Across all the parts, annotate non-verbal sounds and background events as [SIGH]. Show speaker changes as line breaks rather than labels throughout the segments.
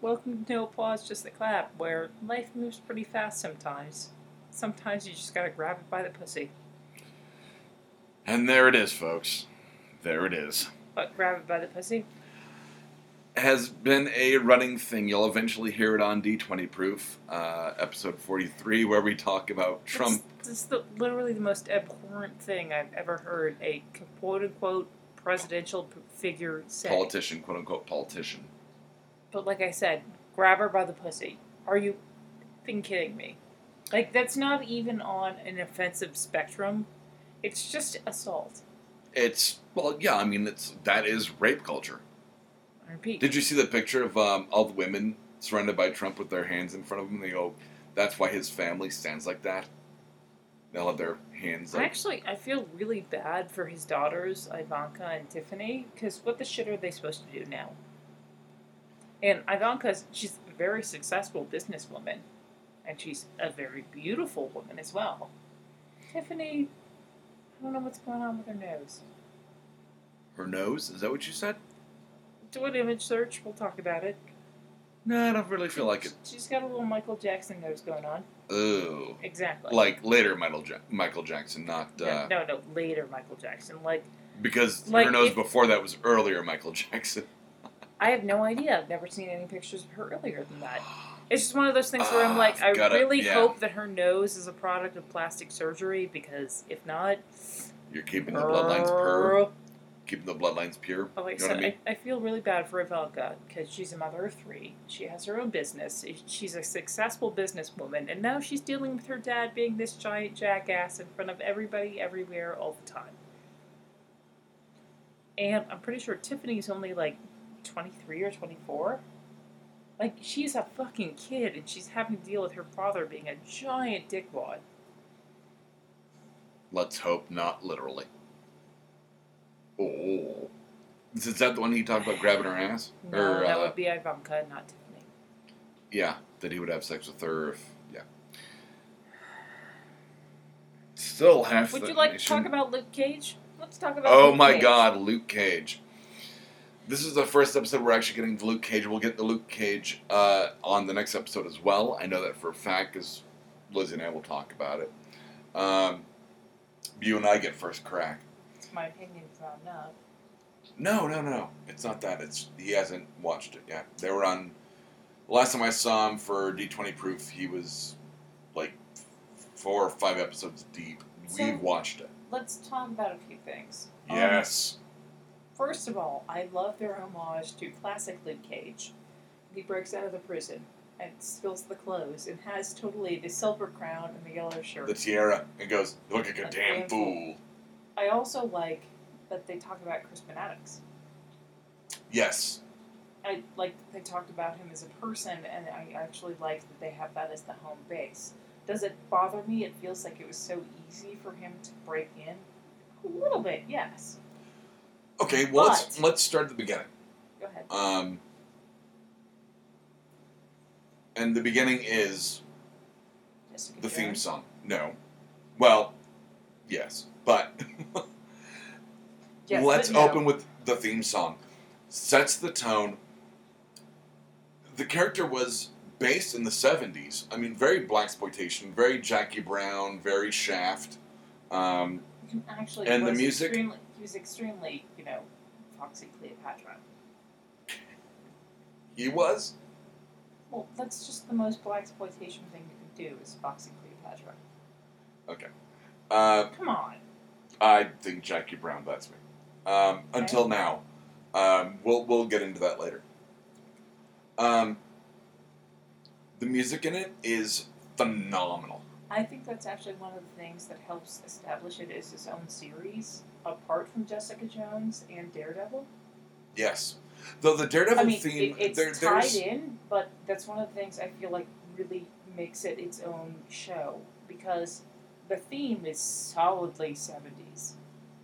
Welcome to No Applause, Just a Clap, where life moves pretty fast sometimes. Sometimes you just gotta grab it by the pussy.
And there it is, folks. There it is.
But grab it by the pussy?
Has been a running thing. You'll eventually hear it on D20 Proof, uh, episode 43, where we talk about Trump.
It's, it's the, literally the most abhorrent thing I've ever heard a quote unquote presidential p- figure say.
politician, quote unquote politician.
But like I said, grab her by the pussy. Are you f***ing kidding me? Like, that's not even on an offensive spectrum. It's just assault.
It's well, yeah. I mean, it's that is rape culture.
I repeat.
Did you see the picture of um, all the women surrounded by Trump with their hands in front of him? They go, "That's why his family stands like that." They'll have their hands like
Actually, I feel really bad for his daughters, Ivanka and Tiffany, because what the shit are they supposed to do now? And Ivanka, she's a very successful businesswoman, and she's a very beautiful woman as well. Tiffany, I don't know what's going on with her nose.
her nose. Is that what you said?
Do an image search, we'll talk about it.
No, I don't really feel like it.
She's got a little Michael Jackson nose going on.
Ooh,
Exactly.
like later Michael ja- Michael Jackson, not uh,
no, no, no, later Michael Jackson. Like,
because
Like,
her nose
if-
before that was earlier Michael Jackson.
I have no idea. I've never seen any pictures of her earlier than that. It's just one of those things where I'm like,
Ah,
I
gotta-
really
yeah.
hope that her nose is a product of plastic surgery because if not,
[GASPS] You're keeping the bloodlines pure.
girl.
Keeping the bloodlines pure.
Oh, like I
you know what
said,
I
I,
mean?
I feel really bad for Ivanka because she's a mother of three. She has her own business. She's a successful businesswoman, and now she's dealing with her dad being this giant jackass in front of everybody, everywhere, all the time. And I'm pretty sure Tiffany's only like 23 or 24. Like, she's a fucking kid, and she's having to deal with her father being a giant dickwad.
Let's hope not literally. Oh. Is that the one he talked about grabbing
[SIGHS]
her ass?
No,
or,
that
uh,
would be Ivanka, not Tiffany.
yeah, that he would have sex with her if. Yeah. Still half
Would
the
you like to
nation-
talk about Luke Cage? Let's talk about
Oh
Luke
my
Cage.
god, Luke Cage. This is the first episode we're actually getting to Luke Cage. We'll get the Luke Cage uh, on the next episode as well. I know that for a fact because Lizzie and I will talk about it. Um, you and I get first crack.
My opinion's not enough.
No, no, no. It's not that. It's he hasn't watched it yet. They were on. Last time I saw him for D twenty proof, he was like four or five episodes deep. we
So-
watched it.
Let's talk about a few things. Um,
Yes.
first of all, I love their homage to classic Luke Cage. He breaks out of the prison and spills the clothes and has totally the silver crown and the yellow shirt.
the tiara and goes look like a
A
damn
damn
fool.
I also like that they talk about Crispin Attucks.
Yes.
I like that they talked about him as a person, and I actually like that they have that as the home base. Does it bother me? It feels like it was so easy for him to break in. A little bit, yes.
Okay. Well, let's
But-
let's start at the beginning.
Go ahead.
Um, and the beginning is
Jessica
the theme
Jones.
song. No. Well, yes, but.
Yes,
Let's
but no.
open with the theme song. Sets the tone. The character was based in the 70s. I mean, very black exploitation, very Jackie Brown, very Shaft. Um,
Actually,
And the
was
music?
Extremely, he was extremely, you know, foxy Cleopatra.
he was.
Well, that's just the most black exploitation thing you can do is foxy Cleopatra.
Uh,
Come on.
I think Jackie Brown bets me. Um, Until now, um, we'll we'll get into that later. Um, the music in it is phenomenal.
I think that's actually one of the things that helps establish it as its own series, apart from Jessica Jones and Daredevil.
Yes, though the Daredevil
I mean,
theme
it, it's
there,
tied
there's
in, but that's one of the things I feel like really makes it its own show because the theme is solidly seventies,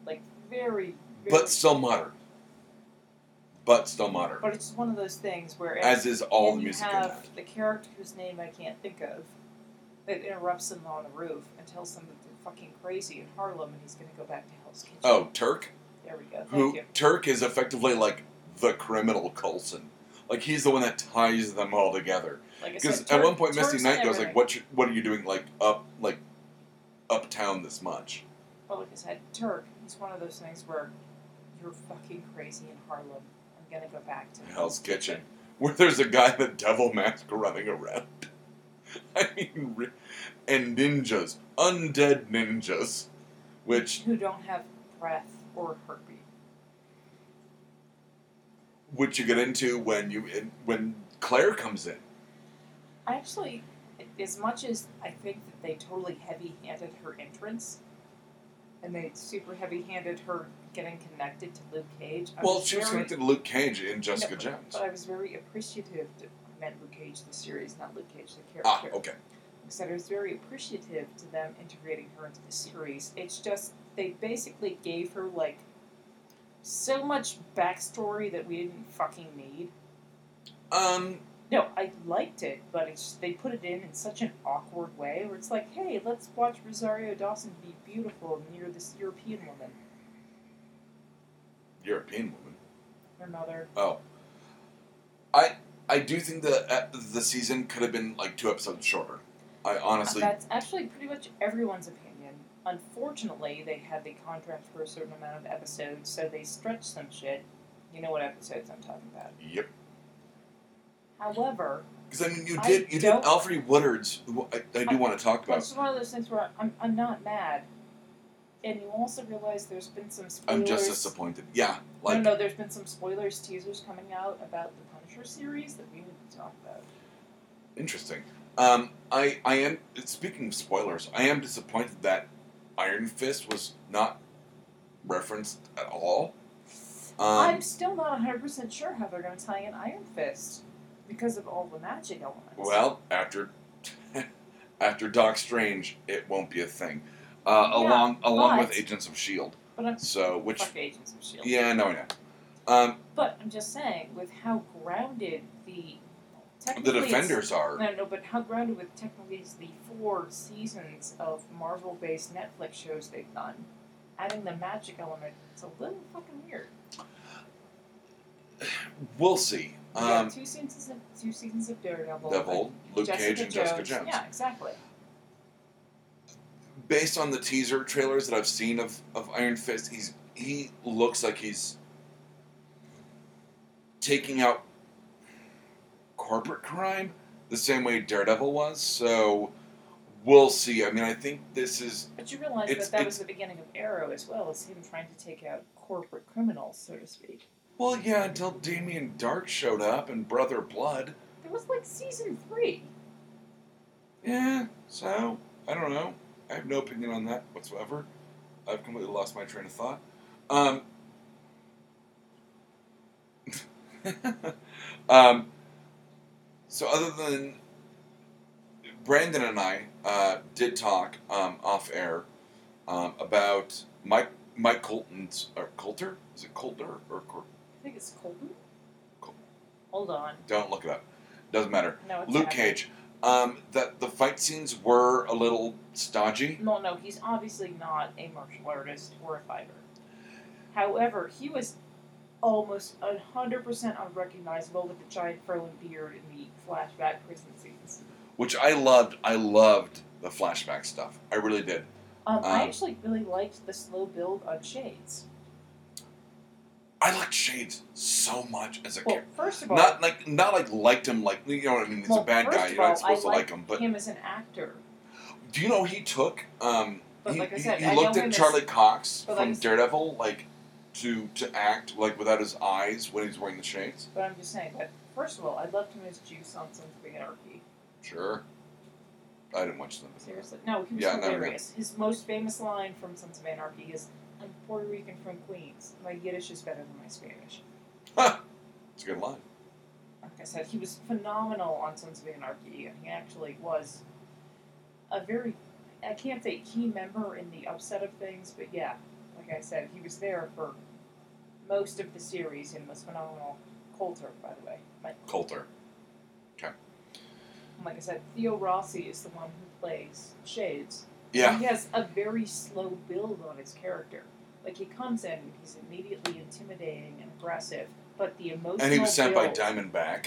like very, very
but still modern. But still modern,
But it's one of those things where
as is all
and
the music
you
in
have
that.
the character whose name I can't think of that interrupts them on the roof and tells them that they're fucking crazy in Harlem and he's going to go back to Hell's Kitchen.
Oh, Turk,
there we go. Thank
who
you.
Turk is effectively like the criminal Coulson. Like he's the one that ties them all together.
Like I
Because
said,
at
Tur-
one point, Misty
Turks
Knight
and
goes like,
everything.
"What? You, what are you doing? Like up, like uptown this much?"
Well, like I said, Turk. He's one of those things where you're fucking crazy in Harlem. I'm gonna go back to
Hell's Kitchen, where there's a guy in a devil mask running around. [LAUGHS] I mean, re- and ninjas, undead ninjas, which
who don't have breath or heartbeat.
which you get into when you in, when Claire comes in.
I actually, as much as I think that they totally heavy-handed her entrance, and they super heavy-handed her getting connected to Luke Cage. I
well,
was
she was
very-
connected to Luke Cage in Jessica
No,
Jones.
But I was very appreciative. To, I meant Luke Cage, the series, not Luke Cage, the
ah,
character.
okay.
I said I was very appreciative to them integrating her into the series. It's just they basically gave her like so much backstory that we didn't fucking need.
Um,
No, I liked it, but it's they put it in in such an awkward way where it's like, hey, let's watch Rosario Dawson be beautiful near this European woman,
European woman.
her mother.
Oh, I I do think the uh, the season could have been like two episodes shorter. I honestly,
That's actually pretty much everyone's opinion. Unfortunately, they had the contract for a certain amount of episodes, so they stretched some shit. You know what episodes I'm talking about.
yep.
However,
Because I mean, you
I
did you did
don't-
Alfred Woodard's, who I, I do
I-
want to talk about.
it's one of those things where I'm, I'm not mad. And you also realize there's been some spoilers.
I'm just disappointed. Yeah, like
no, no, there's been some spoilers teasers coming out about the Punisher series that we need to talk about.
interesting. Um, I I am speaking of spoilers. I am disappointed that Iron Fist was not referenced at all. Um,
I'm still not 100% sure how they're going to tie in Iron Fist because of all the magic elements.
well, after [LAUGHS] after Doc Strange, it won't be a thing. Uh,
Yeah,
along along
but-
with Agents of Shield.
but I'm
E So which
fuck Agents of Shield.
yeah, no, I know. Um,
E But I'm just saying, with how grounded the
the
technically it's-
defenders are.
No, no, but how grounded with technically is the four seasons of Marvel-based Netflix shows they've done? Adding the magic element, it's a little fucking weird.
We'll see.
We got
Um,
two seasons of two seasons of Daredevil,
Devil,
and
Luke
Jessica
Cage, and Jessica
Jones.
Jones.
Yeah, exactly.
Based on the teaser trailers that I've seen of, of Iron Fist, he's he looks like he's taking out corporate crime the same way Daredevil was. So we'll see. I mean, I think this is
But you realize
It's-
that that was
it's-
the beginning of Arrow as well as him trying to take out corporate criminals, so to speak.
well, yeah. Until Damien Dark showed up and Brother Blood.
There was like season three.
Yeah, so I don't know. I have no opinion on that whatsoever. I've completely lost my train of thought. Um, [LAUGHS] um, so other than Brandon and I uh, did talk um, off air um, about Mike Mike Colton's or Coulter is it Coulter or Cor-
I think it's Colton.
Col-
Hold on.
don't look it up doesn't matter
No, it's
Luke
not.
Cage um, that the fight scenes were a little stodgy
No, no, he's obviously not a martial artist or a fighter. However, he was almost 100% unrecognizable with the giant fro and beard in the flashback prison scenes.
which I loved. I loved the flashback stuff. I really did.
Um, I
Um,
actually really liked the slow build on Shades.
I liked Shades so much as a
Well,
character.
first of all,
Not like not like liked him like you know what I mean. He's
Well,
a bad
first
guy.
of
You're not
all, I
supposed to like
liked
him. But
him as an actor.
do you know he took? Um,
But
he,
like I
he-
said,
he
I know
looked
him
at
as-
Charlie Cox
but
from
like I said-
Daredevil like to to act like without his eyes when he's wearing the shades.
But I'm just saying that, first of all, I loved him as Juice on Sons of Anarchy.
Sure. I didn't watch them.
Seriously. No, he was
Yeah, no, no.
hilarious. His most famous line from Sons of Anarchy is I'm Puerto Rican from Queens. My Yiddish is better than my Spanish.
It's a good line.
like I said, he was phenomenal on Sons of Anarchy, and he actually was a very, I can't say key member in the upset of things, but yeah, like I said, he was there for most of the series and was phenomenal. Coulter, by the way. Like,
Coulter.
like I said, Theo Rossi is the one who plays Shades.
Yeah.
He has a very slow build on his character. Like he comes in, he's immediately intimidating and aggressive, but the emotional
And he was signed by
build,
Diamondback,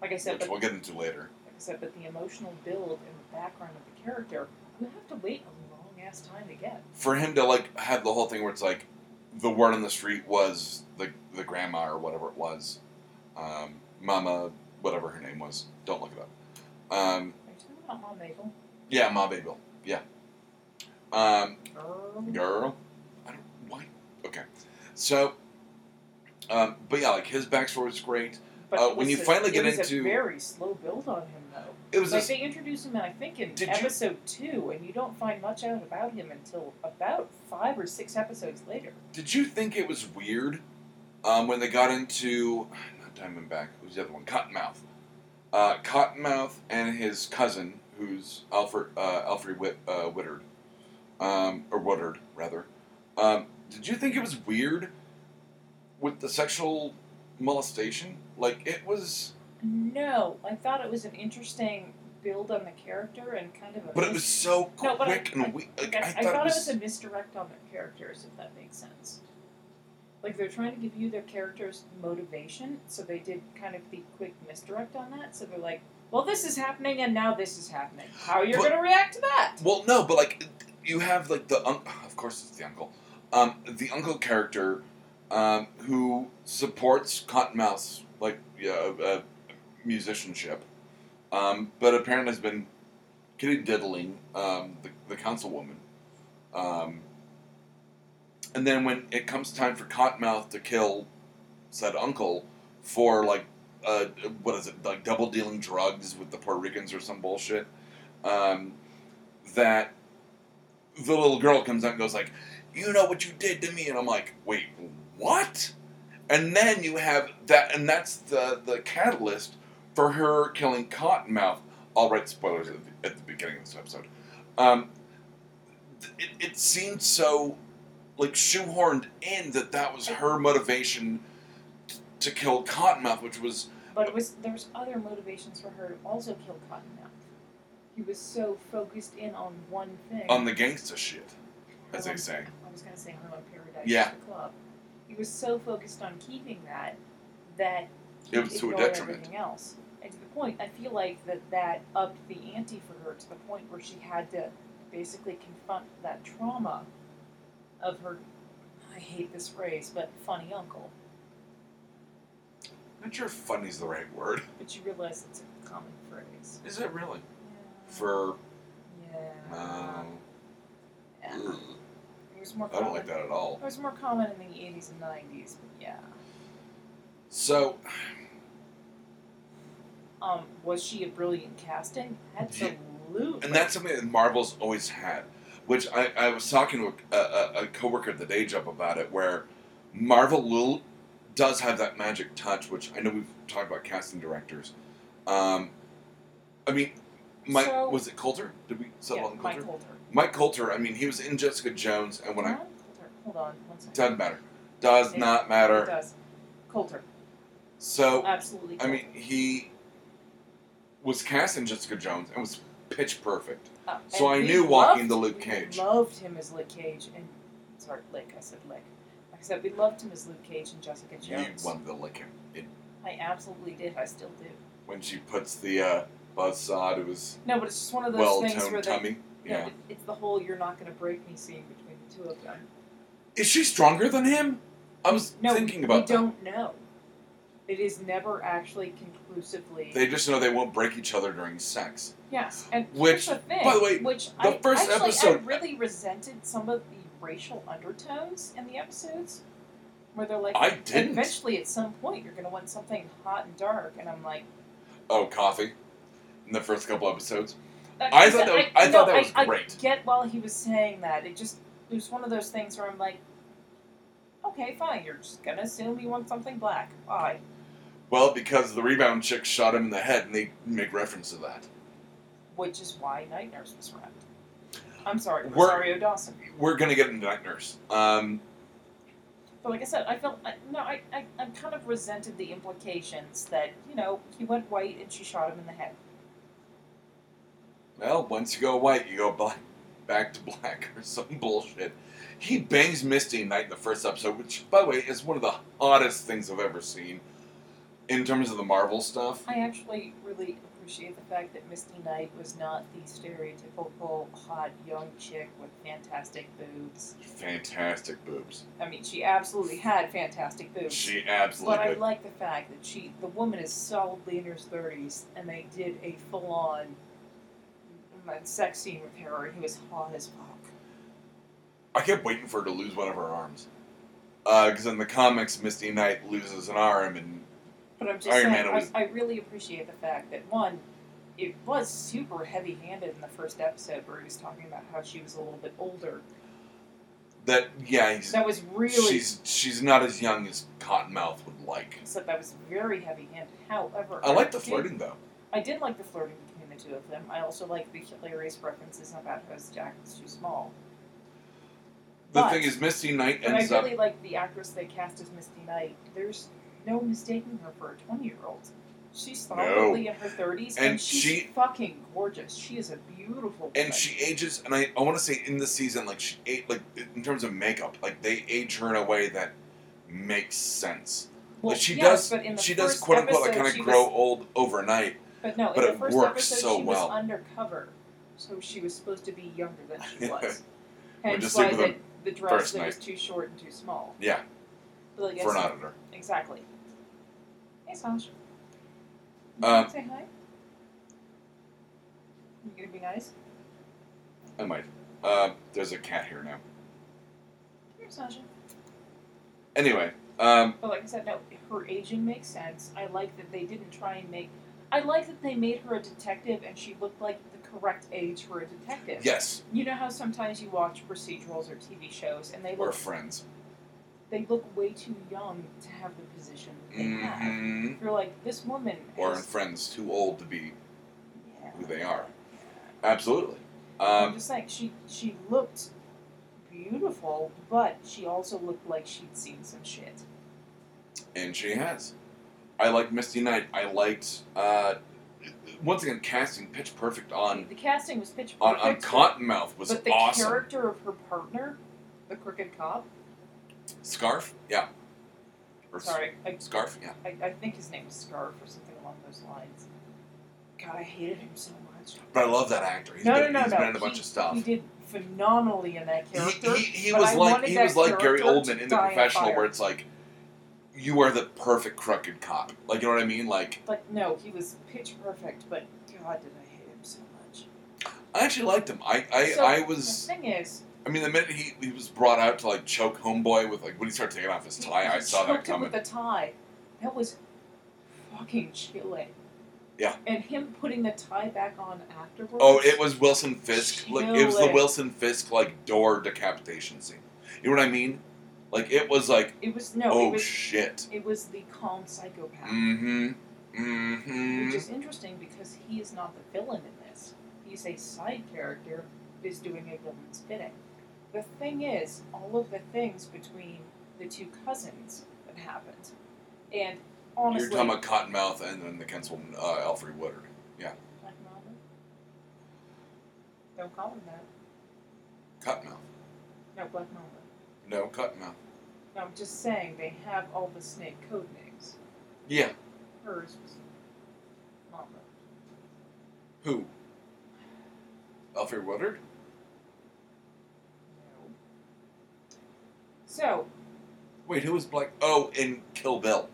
like I said,
which
but,
we'll get into later.
like I said, but the emotional build and the background of the character, you have to wait a long ass time to get.
For him to like have the whole thing where it's like the word on the street was the the grandma or whatever it was, um, Mama, whatever her name was. Don't look it up. Um,
Are you talking about Mom Mabel?
yeah, Ma Babel. Yeah. Um,
Girl.
girl. I don't why. Okay, so, um, but yeah, like his backstory was great.
But
Uh,
it
when
was
you
a-
finally
it
get
was
into-
a very slow build on him though.
It was
like
just,
they introduce him, I think, in
Did you-
episode two, and you don't find much out about him until about five or six episodes later.
did you think it was weird um, when they got into not Diamondback? Who's the other one? Cottonmouth. Uh, Cottonmouth and his cousin, who's Alfred uh, Alfred Whit, uh, Whittard, um, or Woodard rather. Um, did you think it was weird with the sexual molestation? Like it was,
No, I thought it was an interesting build on the character and kind of a.
but it was so
No, but I-
quick and we. Like,
I,
I,
I thought
it was
a misdirect on their characters, if that makes sense. Like they're trying to give you their characters motivation, so they did kind of the quick misdirect on that. So they're like, "Well, this is happening, and now this is happening. How are you
But-
going to react to that?"
Well, no, but like you have like the un- of course it's the uncle, um, the uncle character, um, who supports Cottonmouth's like yeah, uh, musicianship, um, but apparently has been kitty diddling um, the the councilwoman, um, and then when it comes time for Cottonmouth to kill said uncle for like uh, what is it like double dealing drugs with the Puerto Ricans or some bullshit. Um, that the little girl comes out and goes like, "You know what you did to me," and I'm like, "Wait, what?" And then you have that, and that's the the catalyst for her killing Cottonmouth. All right, spoilers at the, at the beginning of this episode. Um, th- it, it seemed so like shoehorned in that that was her motivation t- to kill Cottonmouth, which was
But it was there was other motivations for her to also kill Cottonmouth. He was so focused in on one thing.
on the gangsta shit, as they
Um,
say.
I was gonna say Harlem Paradise
Yeah.
the club. He was so focused on keeping that that he
It was to a
ignored
detriment.
everything else. And to the point, I feel like that that upped the ante for her to the point where she had to basically confront that trauma of her. I hate this phrase, but funny uncle.
I'm not sure if funny is the right word.
But you realize it's a common phrase.
Is it really?
Yeah.
For Uh,
Yeah.
no,
Yeah.
Ugh.
It was more
I
common.
don't like that at all.
It was more common in the 80s and 90s, but yeah.
So
Um, was she a brilliant casting? Absolutely.
And that's something that Marvel's always had, which I, I was talking to a, a, a coworker at the day job about it, where Marvel will, does have that magic touch, which I know we've talked about casting directors. Um, I mean, Mike,
So-
was it Coulter? Did we settle
yeah,
on
Mike
Coulter?
Coulter.
Mike Coulter, I mean, he was in Jessica Jones, and when I.
John Coulter. Hold on one second.
Doesn't matter. Does
Uh-huh. Yeah.
not
It
matter.
does. Coulter.
So.
Absolutely.
I
Coulter.
mean, he was cast in Jessica Jones and was pitch perfect.
Uh,
so
and
I
we
knew walking
loved-
to Luke
we
Cage.
loved him as Luke Cage, and sorry, Lick. I said Lick. I said we loved him as Luke Cage and Jessica Jones.
You wanted to lick him. It,
I absolutely did. I still do.
when she puts the uh, buzz saw to his
No, but it's just one of Oh, those
well
things where
toned
they,
tummy.
no,
Yeah.
it- it's the whole "you're not going to break me" scene between the two of them.
Is she stronger than him? I was
No,
thinking
we
about that.
don't know. It is never actually conclusively.
They just know they won't break each other during sex.
yes, and here's
Which,
the thing,
by the way,
which
the
I,
first
actually,
episode-
I really resented some of the racial undertones in the episodes, where they're like,
I didn't.
eventually at some point you're going to want something hot and dark, and I'm like,
Oh, coffee. In the first couple episodes.
that-
I thought that was- I
no,
thought that was
I,
great.
I get while he was saying that, it just it was one of those things where I'm like, okay, fine, you're just going to assume you want something black, why?
Well, because the rebound chick shot him in the head and they make reference to that.
which is why Night Nurse was wrapped. I'm sorry,
We're-
Rosario Dawson.
We're going to get into Night Nurse. Um,
But like I said, I felt I, no, I, I I kind of resented the implications that you know he went white and she shot him in the head.
well, once you go white, you go black. [LAUGHS] Back to Black or some bullshit. He bangs Misty Knight in the first episode, which, by the way, is one of the oddest things I've ever seen in terms of the Marvel stuff.
I actually really appreciate the fact that Misty Knight was not the stereotypical hot young chick with fantastic boobs.
Fantastic boobs.
I mean, she absolutely had fantastic boobs.
She
but
absolutely
I
did.
like the fact that she, the woman, is solidly in her thirties, and they did a full-on uh, sex scene with her, and he was hot as fuck.
I kept waiting for her to lose one of her arms. Because in the comics, Misty Knight loses an arm, and
But I'm just
Iron
saying,
Man was-
I, I really appreciate the fact that one, it was super heavy-handed in the first episode where he was talking about how she was a little bit older.
that yeah, he's,
That was really
she's she's not as young as Cottonmouth would like.
so that was very heavy-handed. However,
I like the
did-
flirting though.
I did like the flirting between the two of them. I also like the hilarious references about how his jacket's too small.
The
But-
thing is, Misty Knight
But I
ends
really
up.
like the actress they cast as Misty Knight. There's no mistaking her for a 20 year old. She's solidly in her 30s, and,
And
she's
she-
fucking gorgeous. She is a beautiful woman.
And she ages, and I, I want to say in the season, like she ate, like in terms of makeup, like they age her in a way that makes sense.
well,
like she
yes,
does,
but in the
she does
first
quote unquote, like
episode,
kind
she
of
was-
grow old overnight.
But no,
but
in
it
the first
works
episode,
so
she
well.
was undercover, so she was supposed to be younger than
[LAUGHS]
she was.
We're
Hence
just
why
sleeping
the,
with
the dress
first
that was too short and too small.
Yeah,
But yes,
for an auditor.
Exactly. Hey, Sash. You
Uh,
gonna say hi? You gonna be nice?
I might. Uh, there's a cat here now.
Here, Sasha.
Anyway, um,
But like I said, no, her aging makes sense. I like that they didn't try and make. I like that they made her a detective and she looked like the correct age for a detective.
yes,
You know how sometimes you watch procedurals or TV shows and they
we're
look
friends.
they look way too young to have the position they have.
hmm
You're like this woman.
Or in
has,
friends, too old to be
yeah.
who they are. Absolutely. Um,
I'm just saying she she looked beautiful, but she also looked like she'd seen some shit.
and she has. I liked Misty Knight. I liked uh, once again casting pitch perfect on
the casting was pitch perfect.
on, on Cottonmouth was
but the
awesome.
character of her partner, the crooked cop.
Scarf, yeah. Or s-
Sorry, I,
Scarf, yeah.
I, I think his name was Scarf or something along those lines. God, I hated him so much.
But I love that actor. He's
no,
been,
no, no,
he's
no.
been in a bunch
he,
of stuff.
He did phenomenally in that
He-
character.
he, he
but
was
I
like
wanted
he
that
was like Gary
character to
Oldman in the
die in
professional,
fire.
where it's like, you are the perfect crooked cop. Like you know what I mean? Like
But no, he was pitch perfect. But God, did I hate him so much.
I actually liked him. I I,
So,
I
The
was
thing is,
I mean the minute he, he was brought out to like choke homeboy with like when he started taking off his
He-
tie,
he
I saw that
choked him With
coming.
the tie, that was fucking chilling.
Yeah.
And him putting the tie back on afterwards.
Oh, it was Wilson Fisk.
She
Like it was the
will it.
Wilson Fisk like door decapitation scene. You know what I mean? Like it was like
It was no.
oh
it was
shit.
it was the calm psychopath,
Mm-hmm. Mm-hmm.
which is interesting because he is not the villain in this. He's a side character is doing a villain's bidding. The thing is, all of the things between the two cousins that happened, and honestly,
You're talking about Cottonmouth and then the councilman uh, Alfred Woodard.
Black Mamba? Don't call him that.
Cottonmouth.
No, Black Mamba.
No, Cottonmouth.
No, I'm just saying they have all the snake code names.
Yeah.
Hers was Mamba.
Who? Alfred Woodard?
No. So
Wait, who was Black? Oh, in Kill Bill.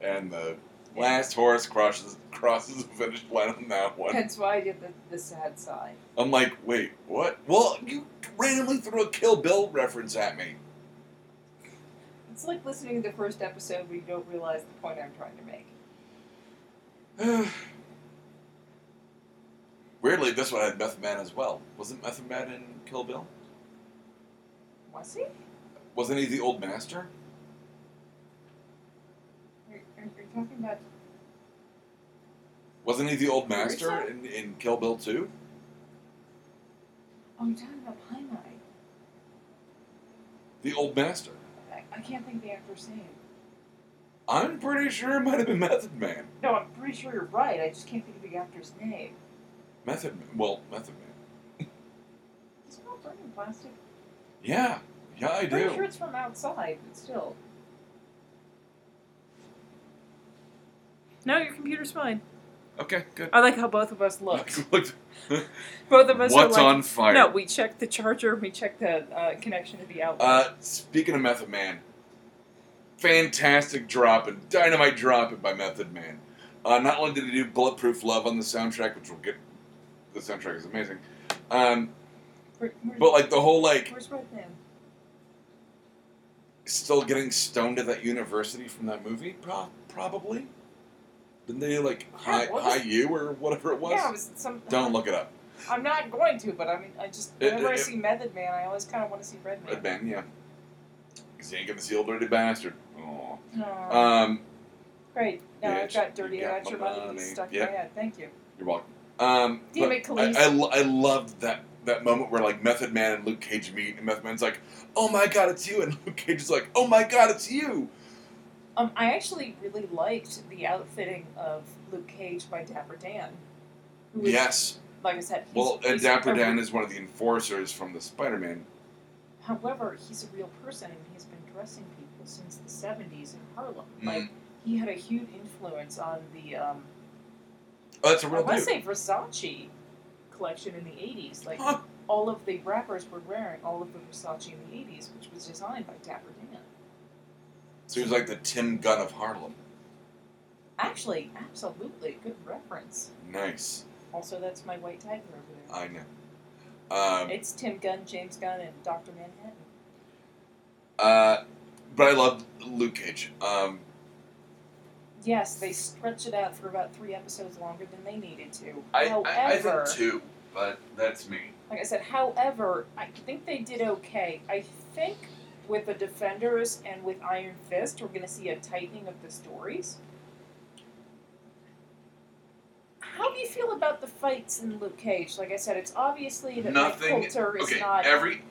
And the last horse crosses crosses the finish line on that one.
that's why I did the, the sad sigh.
I'm like, wait, what? Well, you randomly threw a Kill Bill reference at me.
It's like listening to the first episode where you don't realize the point I'm trying to make.
[SIGHS] Weirdly, this one had Method Man as well. Wasn't Method Man in Kill Bill?
Was he? Are,
Wasn't he the old master?
are you talking about?
Wasn't he the old master
Marissa?
in, in Kill Bill too?
Oh, you're talking about Pine Eye.
The old master.
I, I can't think of the actor's name.
I'm pretty sure it might have been Method Man.
No, I'm pretty sure you're right. I just can't think of the actor's name.
Method Man. Well, Method Man.
burn in plastic?
Yeah, yeah, I
Pretty sure
do.
it's from outside, but still. No, your computer's fine.
Okay, good.
I like how both of us
[LAUGHS]
looked.
Looked-
Both of us are
What's
like,
on fire?
No, we checked the charger. We checked the uh, connection to the outlet.
Uh, speaking of Method Man, fantastic drop and dynamite drop by Method Man. Uh, not only did he do Bulletproof Love on the soundtrack, which we'll get, the soundtrack is amazing, um,
Where- where's-
but like the whole like
where's Red Man?
still getting stoned at that university from that movie, pro- probably. Didn't they like hi,
Yeah, what
hi
was-
you or whatever it was?
Yeah, it was some.
Don't look it up.
I'm not going to, but I mean, I just
It-
whenever
it-
I see Method Man, I always kind of want to see Red Man.
Red Man, yeah. Because he ain't gonna see old dirty bastard. Aw.
Aw,
Um,
great. Now I've
bitch,
got dirty
you got
Roger
my
Money
money.
stuck
Yeah.
in my head. Thank you.
You're welcome. Um,
Damn
but
it, Khalees.
I, I, lo- I loved that that moment where like Method Man and Luke Cage meet, and Method Man's like, "Oh my God, it's you," and [LAUGHS] Luke Cage is like, "Oh my God, it's you."
Um, I actually really liked the outfitting of Luke Cage by Dapper Dan. who is,
Yes.
Like I said, he's,
Well, and
he's
Dapper
a
Dan is one of the enforcers from the Spider-Man.
However, he's a real person and he's been dressing people since the 70s in Harlem.
Mm.
Like, he had a huge influence on the, um,
Oh, that's a
I
real
want to
dude.
say Versace collection in the 80s. Like,
Huh.
all of the rappers were wearing all of the Versace in the 80s, which was designed by Dapper Dan.
So he's like the Tim Gunn of Harlem.
Actually, absolutely. Good reference.
Nice.
Also, that's my white tiger over there.
I know. Um,
it's Tim Gunn, James Gunn, and Dr. Manhattan.
uh, but I loved Luke Cage. Um,
Yes, they stretched it out for about three episodes longer than they needed to.
I,
However,
I, I think two, but that's me.
like I said, however, I think they did okay. I think with the Defenders and with Iron Fist, we're going to see a tightening of the stories. How do you feel about the fights in Luke Cage? Like I said, it's obviously that Mike
Nothing-
Coulter is
Okay,
not.
every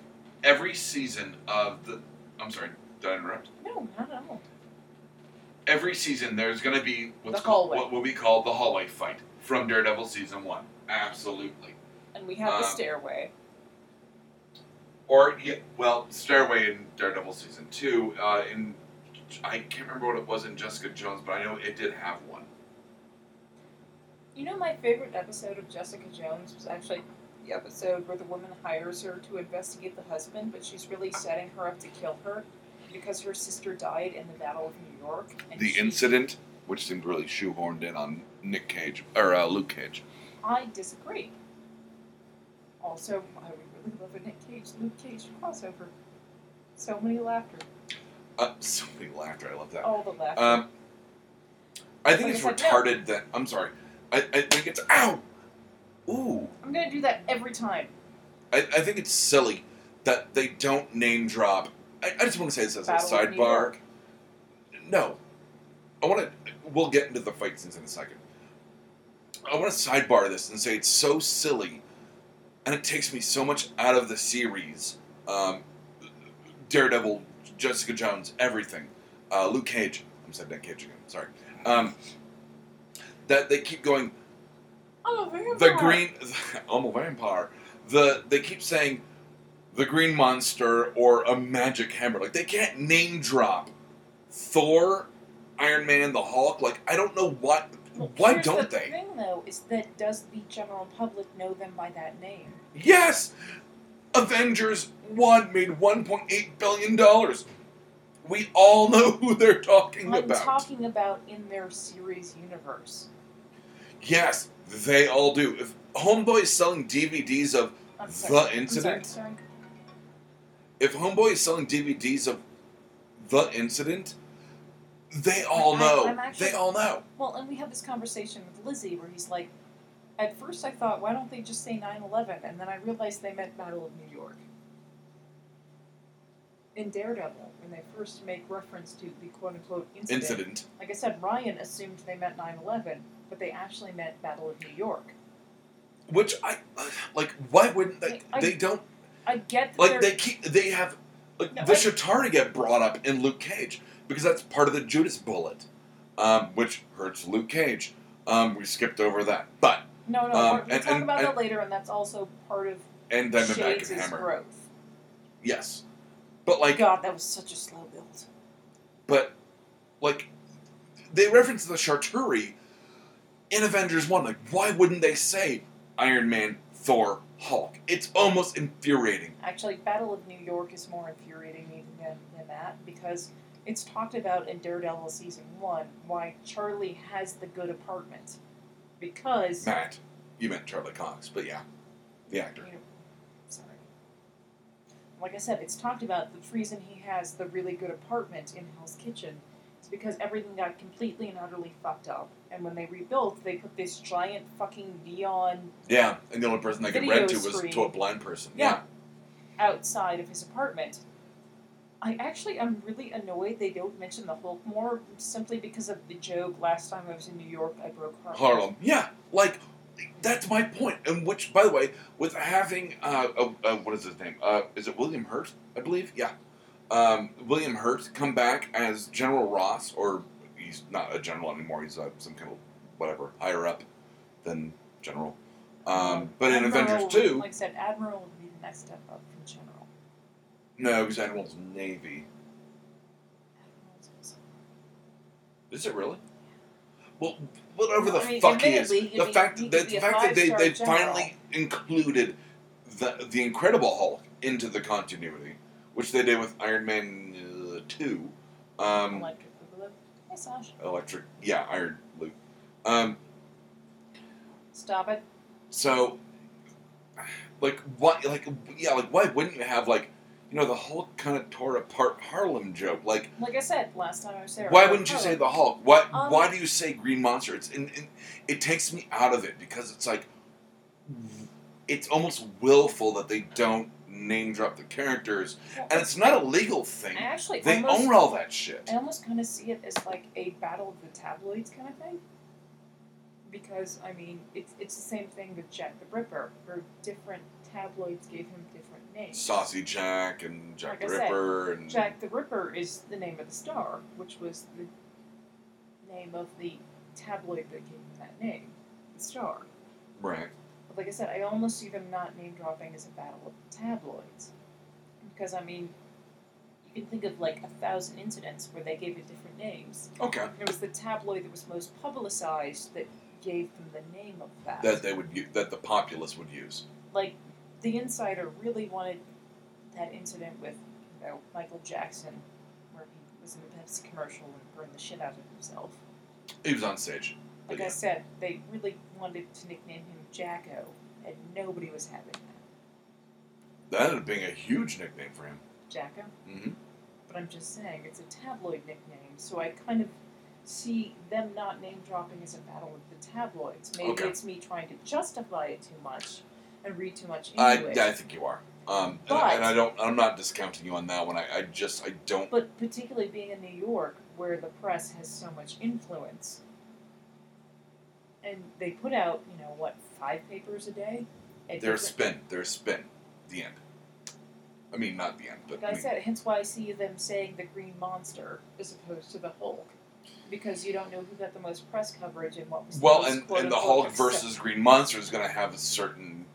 every season of the. I'm sorry, did I interrupt?
no, not at all.
every season there's going to be what's
The
called
hallway.
what will be called the hallway fight from Daredevil season one. Absolutely.
And we have
Um,
the stairway.
Or yeah, well, Stairway in Daredevil season two. Uh, in I can't remember what it was in Jessica Jones, but I know it did have one.
You know, my favorite episode of Jessica Jones was actually the episode where the woman hires her to investigate the husband, but she's really setting her up to kill her because her sister died in the Battle of New York. And she-
incident, which seemed really shoehorned in on Nick Cage or uh, Luke Cage.
I disagree. Also, I would really love a Nick Cage, Luke Cage crossover. So many laughter.
Uh, [LAUGHS] so many laughter. I love that.
All the laughter.
Um, I think
Oh, Like
it's
I said, no.
retarded that I'm sorry. I, I think it's ow, ooh.
I'm going to do that every time.
I, I think it's silly that they don't name drop. I, I just want to say this as
Battle of
a
New
sidebar.
York.
No, I want to. We'll get into the fight scenes in a second. I want to sidebar this and say it's so silly, and it takes me so much out of the series. Um, Daredevil, Jessica Jones, everything. Uh, Luke Cage. I'm saying Nick Cage again. Sorry. Um, that they keep going
I'm a vampire.
the green [LAUGHS] I'm a vampire. The they keep saying the green monster or a magic hammer. Like they can't name drop Thor, Iron Man, the Hulk. Like I don't know what
Well,
why
here's
don't
the
they?
thing, though, is that does the general public know them by that name?
Yes. Avengers 1 made 1.8 billion dollars. We all know who they're talking
I'm
about.
talking about in their series universe.
yes, they all do. If Homeboy is selling DVDs of
I'm
The
sorry. I'm sorry,
Incident?
sorry.
if Homeboy is selling DVDs of the incident, they all
I-
know.
I'm actually-
they all know.
Well, and we had this conversation with Lizzie where he's like, at first I thought, why don't they just say 9 11? And then I realized they meant Battle of New York. In Daredevil, when they first make reference to the quote unquote incident,
Incident.
like I said, Ryan assumed they meant 9 11, but they actually meant Battle of New York.
Which I like. Why wouldn't they?
I- I-
they don't
I get that
like.
they're-
They keep. They have. Like,
No,
the
I-
Shatari get brought up in Luke Cage because that's part of the Judas Bullet, um, which hurts Luke Cage. Um, we skipped over that, but
No, no,
Um,
we're, we'll
and-
talk
and-
about
and-
that later, and that's also part of
and Diamondback
Shades
and
is
Hammer.
growth.
Yes, but like,
God, that was such a slow build.
but like, they reference the Charturi in Avengers One. Like, why wouldn't they say Iron Man, Thor, Hulk? It's almost infuriating.
Actually, Battle of New York is more infuriating even than, than that because it's talked about in Daredevil season one why Charlie has the good apartment because
Matt, you meant Charlie Cox, but yeah, the
you
actor.
know, sorry. Like I said, it's talked about the reason he has the really good apartment in Hell's Kitchen is because everything got completely and utterly fucked up. And when they rebuilt, they put this giant fucking neon
Yeah, and the only person they could
Video
read to was
screen.
to a blind person.
Yeah. outside of his apartment. I actually am really annoyed they don't mention the Hulk more simply because of the joke last time I was in New York I broke Harlem.
Harlem. Yeah, like that's my point. And which, by the way, with having uh, uh, uh what is his name? Uh, is it William Hurt? I believe. Yeah, um, William Hurt come back as General Ross, or he's not a general anymore. He's uh, some kind of whatever higher up than general. Um, but in
Admiral-
Avengers two,
like I said, Admiral would be the next step up from General.
no, because Admiral's Navy.
Admiral's also-
Is it really? Well, whatever the
I mean,
fuck he is.
admittedly, he'd
the
be-
fact
he
that
could
the
be a
fact that they,
five-star
they
general.
finally included the the Incredible Hulk into the continuity, which they did with Iron Man uh, two, um,
Electric Boogaloo. Hey, Sasha.
electric, yeah, Iron Luke. Um,
Stop it.
so, like, why, like, yeah, like, why wouldn't you have like, you know, the Hulk kind of tore apart Harlem joke, like.
Like I said last time I was there.
Why wouldn't you say the Hulk? Why
Um,
Why do you say Green Monster? It's and, and it takes me out of it because it's like it's almost willful that they don't name drop the characters,
Well,
and it's not a legal
I
thing.
actually
They
almost,
own all that shit.
I almost kind of see it as like a battle of the tabloids kind of thing. Because I mean, it's it's the same thing with Jack the Ripper, where different tabloids gave him different names.
Saucy Jack and
Like
Jack the
I said,
Ripper and
Jack the Ripper is the name of the star, which was the name of the tabloid that gave him that name, the star.
right.
But like I said, I almost see them not name dropping as a battle of the tabloids. Because, I mean, you can think of like a thousand incidents where they gave it different names.
Okay,
And it was the tabloid that was most publicized that gave them the name of that.
that they would u- that the populace would use.
like, the insider really wanted that incident with, you know, Michael Jackson, where he was in a Pepsi commercial and burned the shit out of himself.
He was on stage.
Like I said, they really wanted to nickname him Jacko, and nobody was having that.
That ended up being a huge nickname for him.
Jacko?
hmm
But I'm just saying, it's a tabloid nickname, so I kind of see them not name dropping as a battle with the tabloids. Maybe
Okay.
it's me trying to justify it too much and read too much into
I,
it.
yeah, I think you are. Um, and, I-
But-
and I don't. I'm not discounting you on that one. I, I just I don't.
But particularly being in New York, where the press has so much influence, and they put out, you know, what five papers a day. At
They're a
different-
spin. They're a spin. The end. I mean, not the end, but
Like I
mean,
said, hence why I see them saying the Green Monster as opposed to the Hulk, because you don't know who got the most press coverage and what was
well,
the most
and, and the
quote-unquote
Hulk
accept-
versus Green Monster is going to have a certain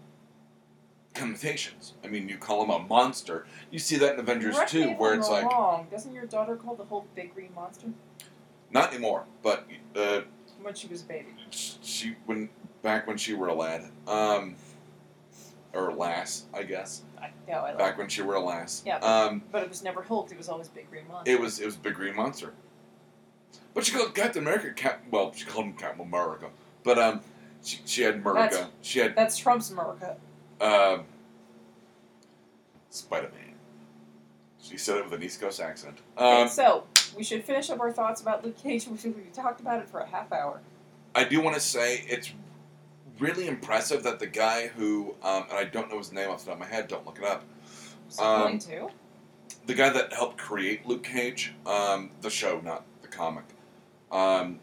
connotations. I mean, you call him a monster. You see that in Avengers
Correct me
two,
if
where
I'm
it's like
wrong. Doesn't your daughter call the Hulk Big Green Monster
not anymore, but uh,
when she was a baby?
she when back when she were a lad, um, or lass, I guess.
I know I like,
Back when she were a lass.
Yeah.
Um,
but it was never Hulk. It was always Big Green Monster.
It was it was Big Green Monster. But she called Captain America Cap. Well, she called him Captain America, but um, she, she had America.
That's-
She had
That's Trump's America.
um, Spider Man. She said it with an East Coast accent. Um,
so we should finish up our thoughts about Luke Cage. [LAUGHS] We should- we talked about it for a half hour.
I do want to say it's really impressive that the guy who um, and I don't know his name off the top of my head. Don't look it up.
So
Um,
going to.
the guy that helped create Luke Cage, um, the show, not the comic, um,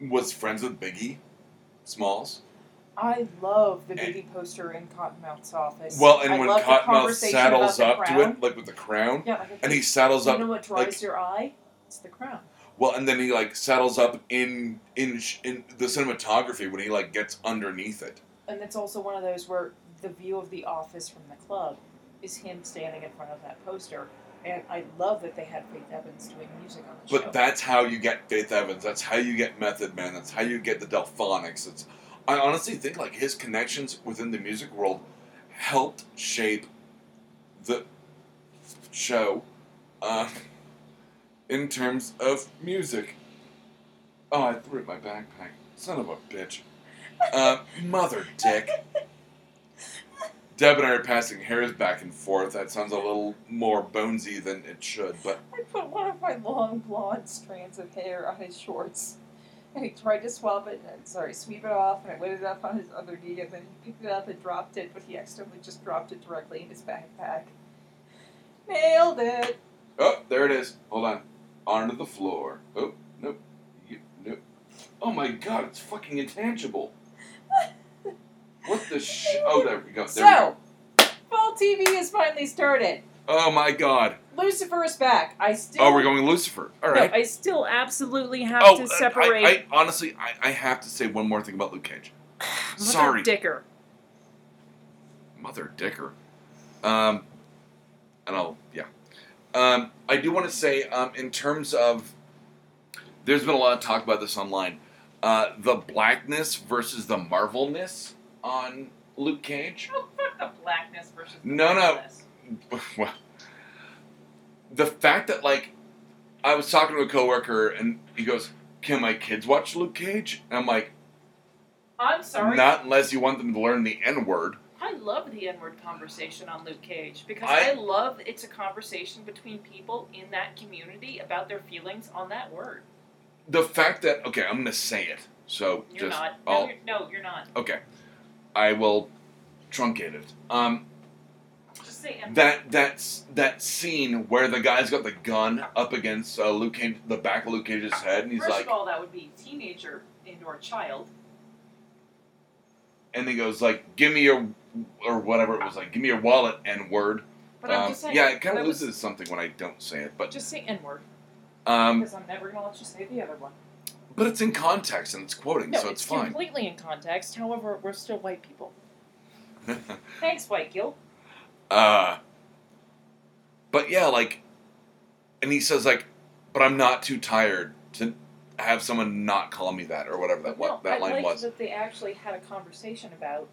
was friends with Biggie Smalls.
I love the Biggie poster in Cottonmouth's office.
Well, and
I
when
love the
Cottonmouth
conversation
saddles
about
up
the
to
crown.
it, like with the crown,
yeah, like,
and he saddles
you
up.
know what drives
like-
your eye? It's the crown.
Well, and then he like saddles up in in sh- in the cinematography when he like gets underneath it.
And it's also one of those where the view of the office from the club is him standing in front of that poster. And I love that they had Faith Evans doing music on the show.
But that's how you get Faith Evans. That's how you get Method Man. That's how you get the Delphonics. It's, I honestly think like his connections within the music world helped shape the show uh, in terms of music. Oh, I threw it in my backpack. Son of a bitch. Uh, mother dick. Deb and I are passing hairs back and forth. That sounds a little more bonesy than it should, but
I put one of my long blonde strands of hair on his shorts, and he tried to swab it. And, sorry, sweep it off, and I lit it up on his other knee, and then he picked it up and dropped it, but he accidentally just dropped it directly in his backpack. Nailed it.
Oh, there it is. Hold on. Onto the floor. Oh, nope. You, nope. Oh my god, it's
[LAUGHS]
fucking intangible. What the sh? Oh, there we go. There we go.
so, fall TV is finally started.
Oh my god.
Lucifer is back. I still.
Oh, we're going Lucifer. All right.
No, I still absolutely have
oh,
to
uh, I-
separate
I, I, honestly, I, I have to say one more thing about
[SIGHS]
Luke Cage.
Mother
Sorry,
Dicker.
Mother Dicker. Um, and I'll yeah. Um, I do want to say um, in terms of there's been a lot of talk about this online. Uh, the blackness versus the marvelness on Luke Cage. [LAUGHS]
Oh, fuck the blackness versus
the No, no. whiteness. well, the fact that like I was talking to a coworker and he goes, "Can my kids watch Luke Cage?" And I'm like,
I'm sorry.
"Not unless you want them to learn the N word."
I love the N-word conversation on Luke Cage because
I-
I, love it's a conversation between people in that community about their feelings on that word.
The fact that okay, I'm gonna say it. So
You're
just
not.
I'll-
No, you're, no, you're not.
okay, I will truncate it. Um,
Just say N-word.
that that's that scene where the guy's got the gun up against uh, Luke Cage, the back of Luke
Uh,
Cage's head, and he's
First
like,
of all, that would be teenager and or child.
and he goes like, "Give me your." Or whatever it was like, give me your wallet, N word.
But I'm
Um,
just saying.
yeah, it kind
but I
of
was-
loses something when I don't say it, but
Just say N word
um,
because I'm never gonna let you say the other one.
but it's in context and it's quoting,
No,
so it's, fine.
completely in context. However, we're still white people.
[LAUGHS]
Thanks, white guilt.
uh, but yeah, like, and he says like, but I'm not too tired to have someone not call me that or whatever that what
no, I
that line
liked
was.
that they actually had a conversation about.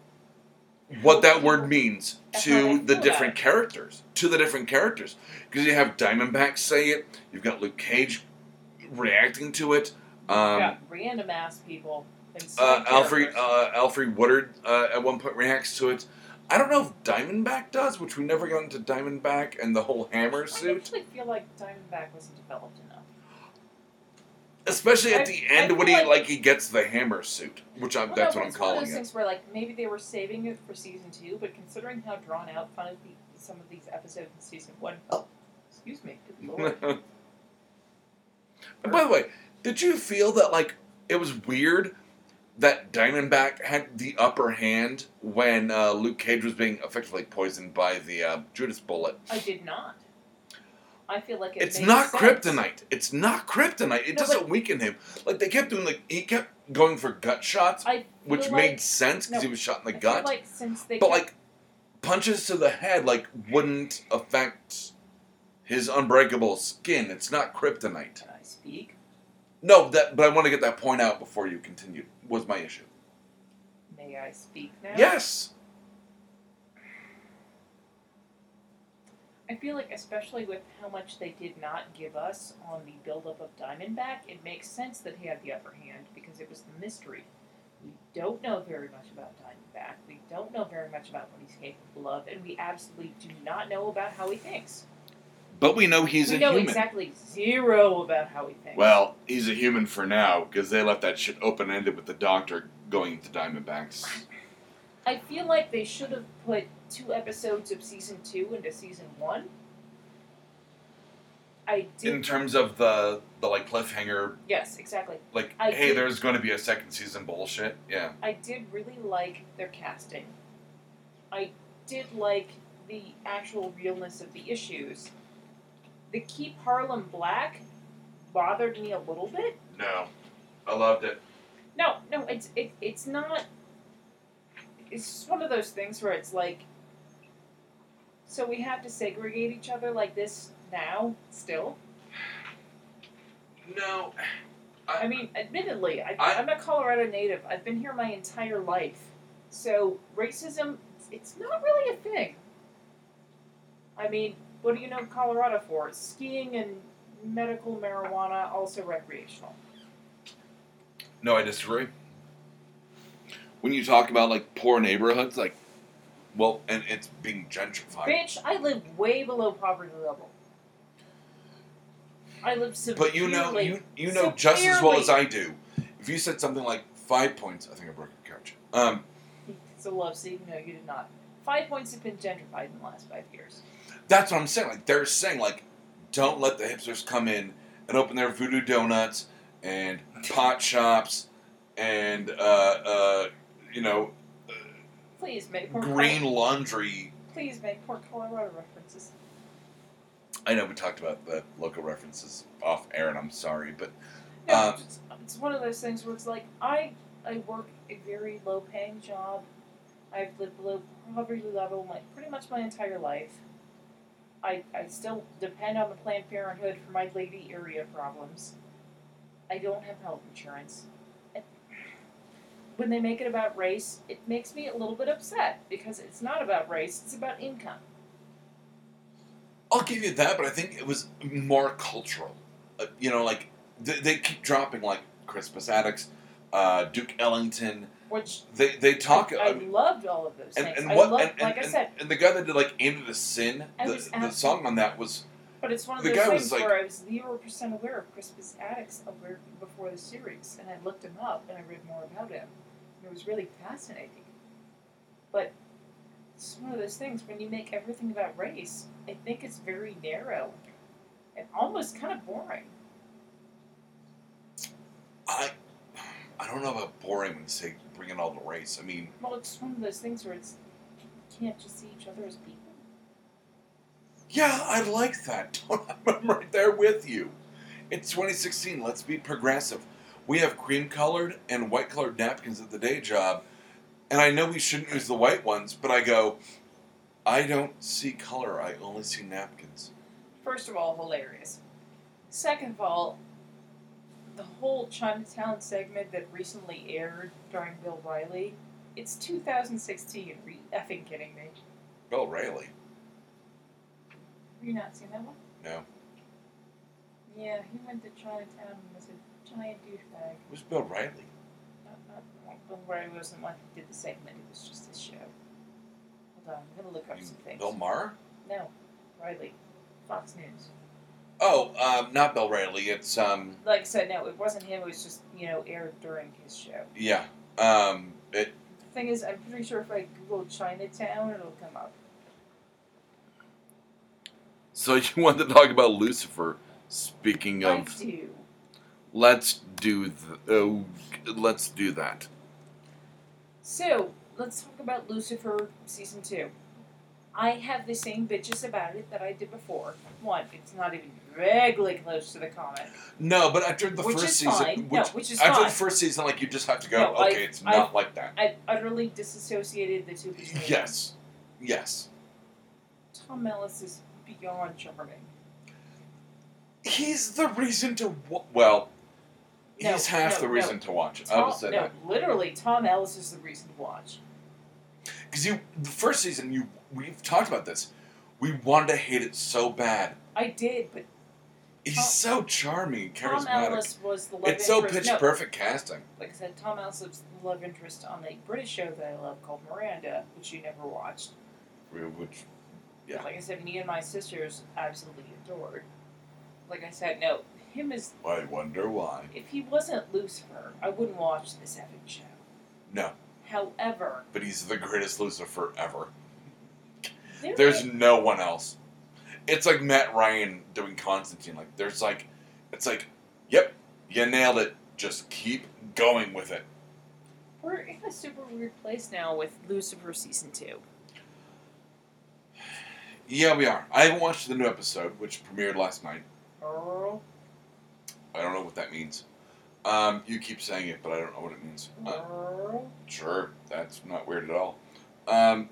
what that word means
That's how I
to the
feel
different
about
characters, to the different characters, because you have Diamondback say it, you've got Luke Cage reacting to it. Um,
yeah, random ass people. And
uh,
side
Alfred
characters.
uh, Alfred Woodard uh, at one point reacts to it. I don't know if Diamondback does, which we never got into Diamondback and the whole hammer
I
suit,
actually feel like Diamondback wasn't developed enough.
especially at
I-
the
I
end
feel
when he
like-
like he gets the hammer suit, which
Well,
I'm
no,
Um, that's what
but
I'm
it's one of
calling
those
it.
things where like maybe they were saving it for season two, but considering how drawn out fun of the, some of these episodes in season one, excuse me,
[LAUGHS]
good lord.
and by the way, did you feel that like it was weird that Diamondback had the upper hand when uh, Luke Cage was being effectively poisoned by the uh, Judas bullet?
I did not. I feel like it
It's
makes
not
sense.
kryptonite. It's not kryptonite. It
No,
doesn't weaken him. Like they kept doing, like he kept going for gut shots,
I feel
which
like,
made sense because
no,
he was shot in
I
the
feel
gut.
like since they
but
kept-
like punches to the head, like wouldn't affect his unbreakable skin. It's not kryptonite.
can I speak?
No, that. But I want to get that point out before you continue. Was my issue?
May I speak now?
Yes.
I feel like, especially with how much they did not give us on the buildup of Diamondback, it makes sense that he had the upper hand because it was the mystery. We don't know very much about Diamondback. We don't know very much about what he's capable of, and we absolutely do not know about how he thinks.
But we know he's
we
a
know
human.
exactly zero about how he thinks.
Well, he's a human for now because they left that shit open ended with the doctor going into Diamondbacks.
I feel like they should have put two episodes of season two into season one. I did.
in terms of the the like cliffhanger
yes, exactly.
like
I
hey
did-
there's going to be a second season bullshit yeah
I did really like their casting. I did like the actual realness of the issues. The Keep Harlem Black bothered me a little bit.
no i loved it
No, no, it's it, it's not. it's just one of those things where it's like, so we have to segregate each other like this now, still.
No.
I mean, admittedly, I, I,
I-
am a Colorado native. I've been here my entire life, so racism it's not really a thing. I mean, what do you know Colorado for? Skiing and medical marijuana, also recreational.
No, I disagree. When you talk about like poor neighborhoods, like, well, and it's being gentrified.
Bitch, I live way below poverty level. I live severely.
But you know, you you know just as well as I do. If you said something like five points, I think I broke your couch. Um,
It's a love seat. No, you did not. Five points have been gentrified in the last five years.
that's what I'm saying. Like they're saying, like, don't let the hipsters come in and open their voodoo donuts and pot shops and uh, uh, you know
Please make poor
green laundry.
Please make poor Colorado references.
I know we talked about the local references off air, and I'm sorry, but
No,
Um,
it's, it's one of those things where it's like I I work a very low paying job. I've lived below poverty level my pretty much my entire life. I I still depend on the Planned Parenthood for my lady area problems. I don't have health insurance. And When they make it about race, it makes me a little bit upset because it's not about race; it's about income.
I'll give you that, but I think it was more cultural. Uh, you know, like they, they keep dropping like Crispus Attucks, uh, Duke Ellington.
Which
They they talk.
I, I
I mean,
loved all of those
and,
things.
and
I
what
loved,
and, and,
like I
and-
said,
and the guy that did like Into the Sin,
I
the,
was
the
asking-
song on that was
But it's one of
The
those
guy was
things
like-
where I was zero percent aware of Crispus Attucks aware before the series, and I looked him up and I read more about him. And it was really fascinating. But it's one of those things when you make everything about race, I think it's very narrow and almost kind of boring.
I I don't know about boring when you say bring it all to race. I mean,
Well, it's one of those things where it's you can't just see each other as people.
yeah, I like that. [LAUGHS] I'm right there with you. It's 2016. Let's be progressive. We have cream colored and white colored napkins at the day job, and I know we shouldn't use the white ones, but I go, I don't see color. I only see napkins.
First of all, hilarious. Second of all, the whole Chinatown segment that recently aired during Bill Wiley, it's 2016. Are you effing kidding me?
Bill Raley.
Have you not seen that one?
No.
Yeah, he went to Chinatown and was a giant douchebag.
Who's Bill Riley?
Not, not, not Bill Wiley wasn't the one who did the segment, it was just his show. Hold on, I'm gonna look up
You-
some things.
Bill Maher?
No, Riley. Fox News.
Oh, um, not Bill Riley. It's um,
Like I said, no, it wasn't him, it was just, you know, aired during his show.
yeah. Um, it
The thing is, I'm pretty sure if I Google Chinatown, it'll come up.
So [LAUGHS] you want to talk about Lucifer? Speaking
I
of,
do.
let's do th- uh, let's do that.
So let's talk about Lucifer season two. I have the same bitches about it that I did before. One, it's not even vaguely close to the comic,
No, but after the
which
first
is
season,
fine.
which,
no, which is
after
fine.
the first season, like you just have to go.
No, I-
okay, it's
I-
not like that.
I utterly disassociated the two between them.
Yes, yes.
Tom Ellis is beyond charming.
He's the reason to wa- well,
No,
he's half
no,
the
no.
reason to watch it. I will
Tom,
say
no,
that
literally, Tom Ellis is the reason to watch.
because you the first season you we've talked about this. We wanted to hate it so bad.
I did, but
He's
Tom-
so charming,
Tom
charismatic.
Ellis was the love
It's so
interest-
pitch
no,
perfect casting.
Like I said, Tom Ellis was the love interest on a British show that I love called Miranda, which you never watched.
Which Yeah.
Like I said, me and my sisters absolutely adored. Like I said, no, him is.
I wonder why.
If he wasn't Lucifer, I wouldn't watch this effing show.
No,
However,
but he's the greatest Lucifer ever.
there
There's
are-
no one else. It's like Matt Ryan doing Constantine. Like there's like, it's like, yep, you nailed it. Just keep going with it.
we're in a super weird place now with Lucifer season two.
Yeah, we are. I haven't watched the new episode, which premiered last night.
Girl,
I don't know what that means. Um, you keep saying it, but I don't know what it means. Uh,
Girl.
sure, that's not weird at all. Um,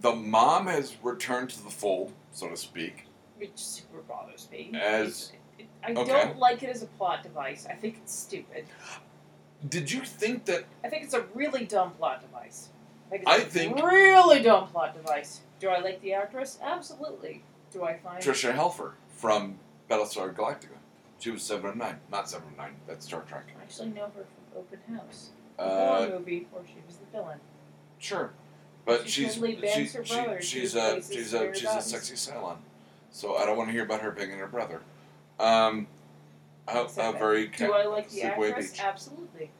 the mom has returned to the fold, so to speak.
Which super bothers me.
As-
It- I
okay.
don't like it as a plot device. I think it's stupid.
Did you think that?
I think it's a really dumb plot device. it's
I
a
think-
really dumb plot device. Do I like the actress? Absolutely. Do I find
Trisha Helfer from Battlestar Galactica. She was seven of nine, not seven of nine. That's Star Trek.
I actually know her from Open House, a
Uh,
horror movie where she was the villain.
sure, but
She
she's
totally bans
she's
her
she-
brother. She
she's a
replaces
she's
their
a she's a
guns.
sexy Cylon. So I don't want to hear about her banging her brother. Um, how, how
Exactly.
very
Do I like the
Segway
actress?
Beach.
Absolutely.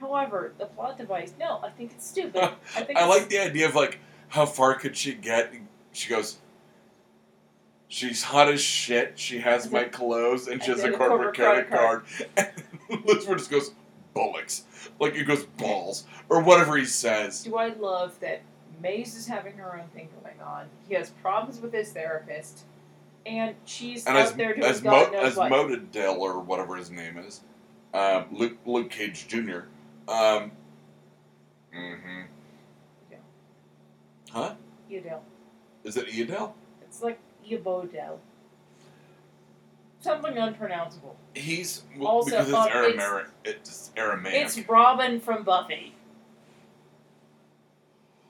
However, the plot device, no, I think it's stupid.
[LAUGHS]
I think
I
it's-
like the idea of like how far could she get? She goes. She's hot as shit. She has my clothes, and she
And
has a
then a
corporate
corporate
credit
credit
card. [LAUGHS] And Lucifer just goes bullocks, like it goes balls or whatever he says.
Do I love that Maze is having her own thing going on? He has problems with his therapist, and she's
And
out
as
there doing
as,
God
Mo,
knows
as
what.
Modadale or whatever his name is, um, Luke Luke Cage Jr. Um, hmm
Yeah.
Huh?
you know,
Is it Eadale?
it's like Yabodel. Something unpronounceable.
He's well,
Also,
because
uh,
it's
it's-
Aramaic. It's Aramaic.
It's Robin from Buffy.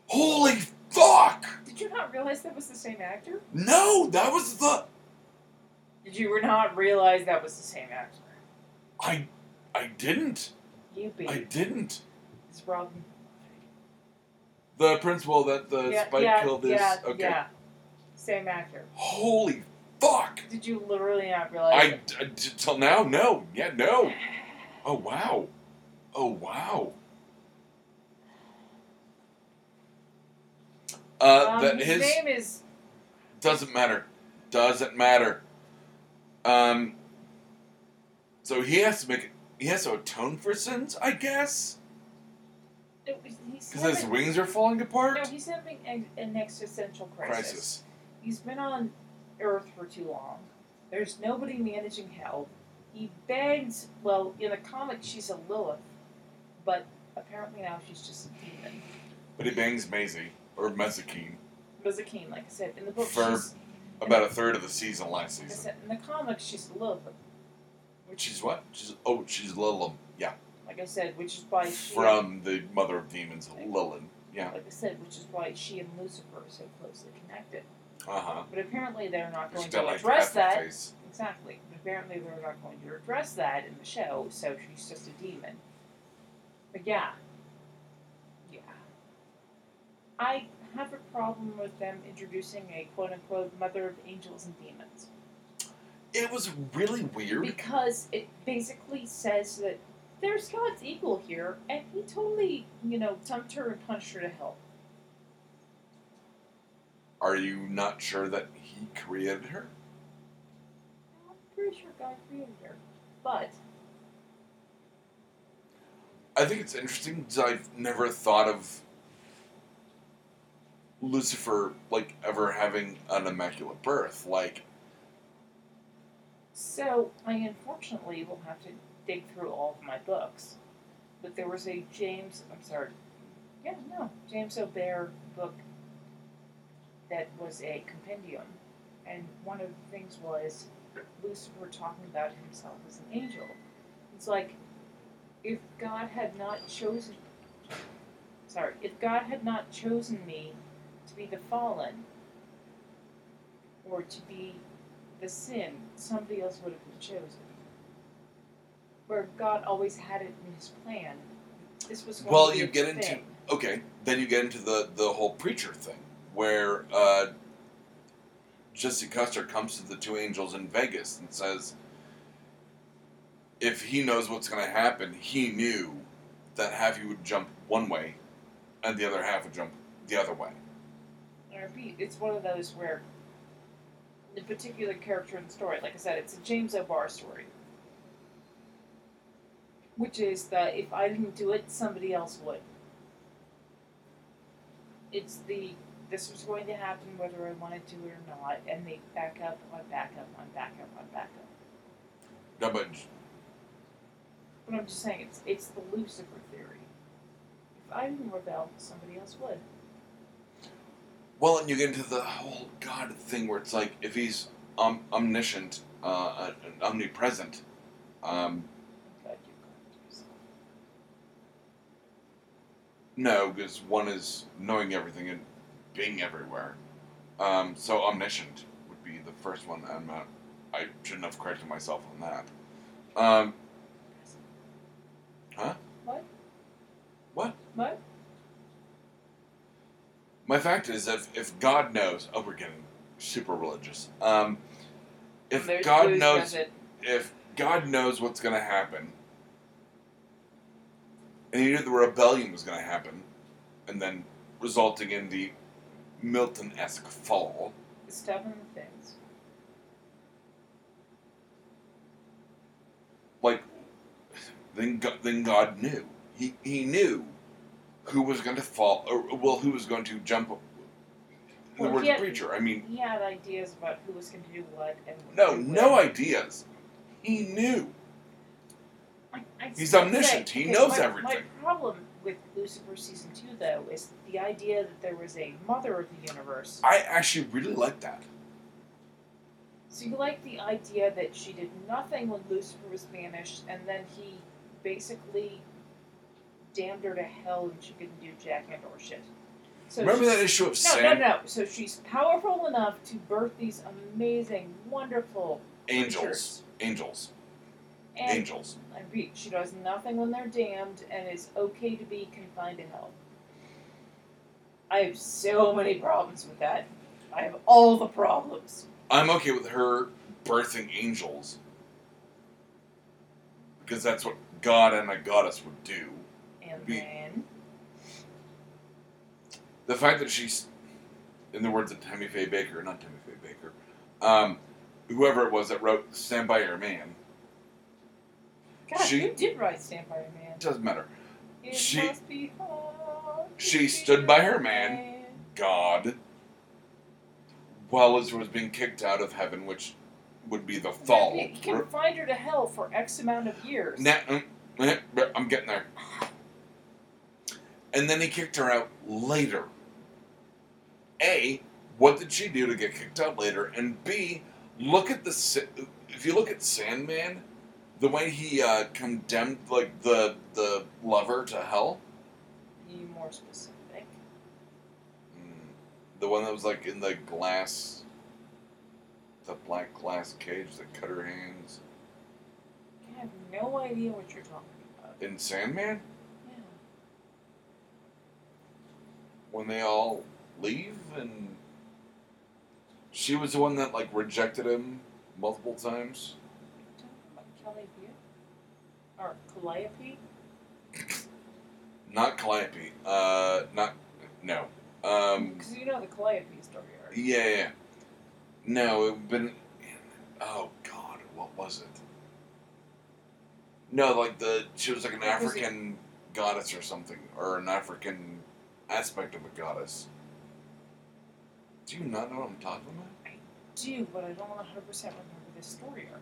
Holy fuck!
Did you not realize that was the same actor?
No, that was the
Did you not realize that was the same actor?
I I didn't.
You be
I didn't.
it's Robin.
The principal that the
yeah,
spike
yeah,
killed is
yeah,
okay.
yeah. Same actor.
Holy fuck!
Did you literally not realize?
I, I d- till now no. Yeah,
[SIGHS]
no. Oh wow. Oh wow. Uh,
um,
that
his,
his
name is
doesn't matter. Doesn't matter. Um. So he has to make. He has to atone for sins, I guess.
it was- he's
Because his
having-
wings are falling apart?
No, he's having ex- an existential crisis.
Crisis.
He's been on Earth for too long. There's nobody managing hell. He begs. Well, in the comic, she's a Lilith, but apparently now she's just a demon.
But he bangs Maisie, or Mezzakine,
Was a king, like I said in the book.
Verb.
she's-
about a third of the season last
like I
season.
said, in the comic, she's a Lilith. Which
She's what? She's Oh, she's Lilum. Yeah.
like I said, which is why she
From the Mother of Demons, Lilin. Yeah.
like I said, which is why she and Lucifer are so closely connected.
Uh huh.
But apparently they're not going
She's got
to
like
address
half a
that.
face.
Exactly. But apparently they're not going to address that in the show, so she's just a demon. But yeah. Yeah. I have a problem with them introducing a quote unquote mother of angels and demons.
It was really weird.
Because it basically says that there's God's equal here, and he totally, you know, dumped her and punched her to hell.
Are you not sure that he created her?
I'm pretty sure God created her. But
I think it's interesting because I've never thought of Lucifer, like, ever having an immaculate birth. Like,
So I unfortunately will have to dig through all of my books. But there was a James, I'm sorry, yeah, no, James O'Bear book that was a compendium. And one of the things was Lucifer talking about himself as an angel. It's like, if God had not chosen, sorry, if God had not chosen me to be the fallen or to be the sin, somebody else would have been chosen. Where God always had it in his plan. This was going
Well,
to be
you
a
get into-
thing.
okay, then you get into the the whole preacher thing where uh, Jesse Custer comes to the two angels in Vegas and says, "If he knows what's going to happen, he knew that half you would jump one way, and the other half would jump the other way."
I repeat, E it's one of those where the particular character in the story, like I said, it's a James O'Barr story. Which is that if I didn't do it, somebody else would. It's the this was going to happen whether I wanted to or not, and they back up on back up on back up on back up.
No, but J-
But I'm just saying, it's, it's the Lucifer theory. If I didn't rebel, somebody else would.
Well, and you get into the whole God thing where it's like if he's um, omniscient, uh, uh, omnipresent, um,
God, you've got to do something.
No, because one is knowing everything and being everywhere. Um, so omniscient would be the first one. I'm not. I shouldn't have corrected myself on that. Um,
What?
my fact is, if if God knows, oh, we're getting super religious. Um, if
There's
God
booze
knows,
method.
if God knows what's going to happen, and he knew the rebellion was going to happen, and then resulting in the Milton-esque fall.
The stubborn things.
like then God, then God knew he he knew who was going to fall or well who was going to jump the
Well,
word
he had-
preacher I mean
He had ideas about who was going to do what and what
no
they
no
would.
ideas he knew
I, I
He's
still
omniscient.
say-
He
okay,
knows
my, My
everything.
problem with Lucifer season two, though, is the idea that there was a mother of the universe.
I actually really like that
So you like the idea that she did nothing when Lucifer was banished, and then he basically damned her to hell, and she couldn't do jack and or shit. So
remember
she's-
that issue of
No,
Sam
no, no. So she's powerful enough to birth these amazing, wonderful
angels
creatures.
angels
And
angels
I repeat, she does nothing when they're damned and is okay to be confined to hell. I have so many problems with that. I have all the problems.
I'm okay with her birthing angels because that's what God and a goddess would do
And
We-
then
the fact that she's, in the words of Tammy Faye Baker, not Tammy Faye Baker, um, whoever it was that wrote "Stand by Your Man,"
God,
She-
you did write Stand by Your Man.
it doesn't matter.
It
she-
must be hard to
she
be
stood by
a
her man. God, while Israel was being kicked out of heaven, which would be the fall.
He confined her to hell for X amount of years.
Nah, mm, mm, but I'm getting there. And then he kicked her out later. A, what did she do to get kicked out later? And B, look at the Sa- if you look at Sandman, the way he uh, condemned like the the lover to hell,
Be more specific.
Mm, the one that was like in the glass, the black glass cage that cut her hands
I have no idea what you're talking about.
in Sandman
Yeah.
when they all leave and she was the one that like rejected him multiple times
Talking about Calliope? Or Calliope?
not calliope uh not no um
Because you know the Calliope story already.
yeah, yeah, yeah. no it been oh god what was it no like the she was like an
What was it?
african goddess or something or an african aspect of a goddess do you not know what i'm talking about
Do, but I don't 100% remember this story arc.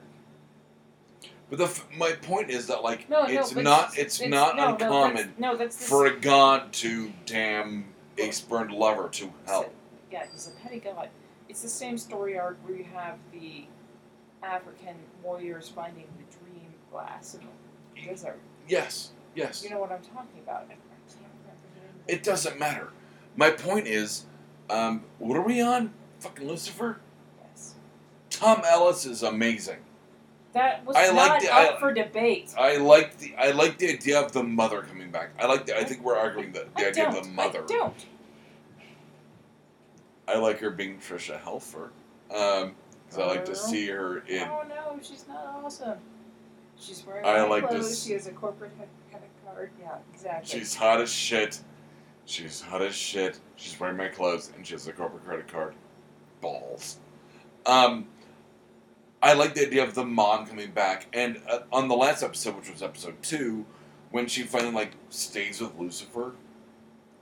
But the f- my point is that like
No,
it's
no, but
not it's, not
no,
uncommon
No, that's, no,
for a god to damn a spurned lover to hell.
Yeah, he's a petty god. It's the same story arc where you have the African warriors finding the dream glass in the desert.
Yes, yes.
You know what I'm talking about. I, I can't remember the name of
it doesn't matter. My point is, um, what are we on? Fucking Lucifer.
Yes.
Tom Ellis is amazing.
That was
I
not
like the-
up
I-
for debate.
I like the I like the idea of the mother coming back. I like the, I think we're arguing the, the
I
idea
don't.
of the mother.
I don't.
I like her being Trisha Helfer. Um 'cause I like to
Girl.
see her in
Oh no, she's not awesome. She's wearing
I
white
like
clothes.
this-
She has a corporate head, credit card. Yeah, exactly.
She's hot as shit. She's hot as shit. She's wearing my clothes and she has a corporate credit card. Balls. Um, I like the idea of the mom coming back. And uh, on the last episode, which was episode two, when she finally like stays with Lucifer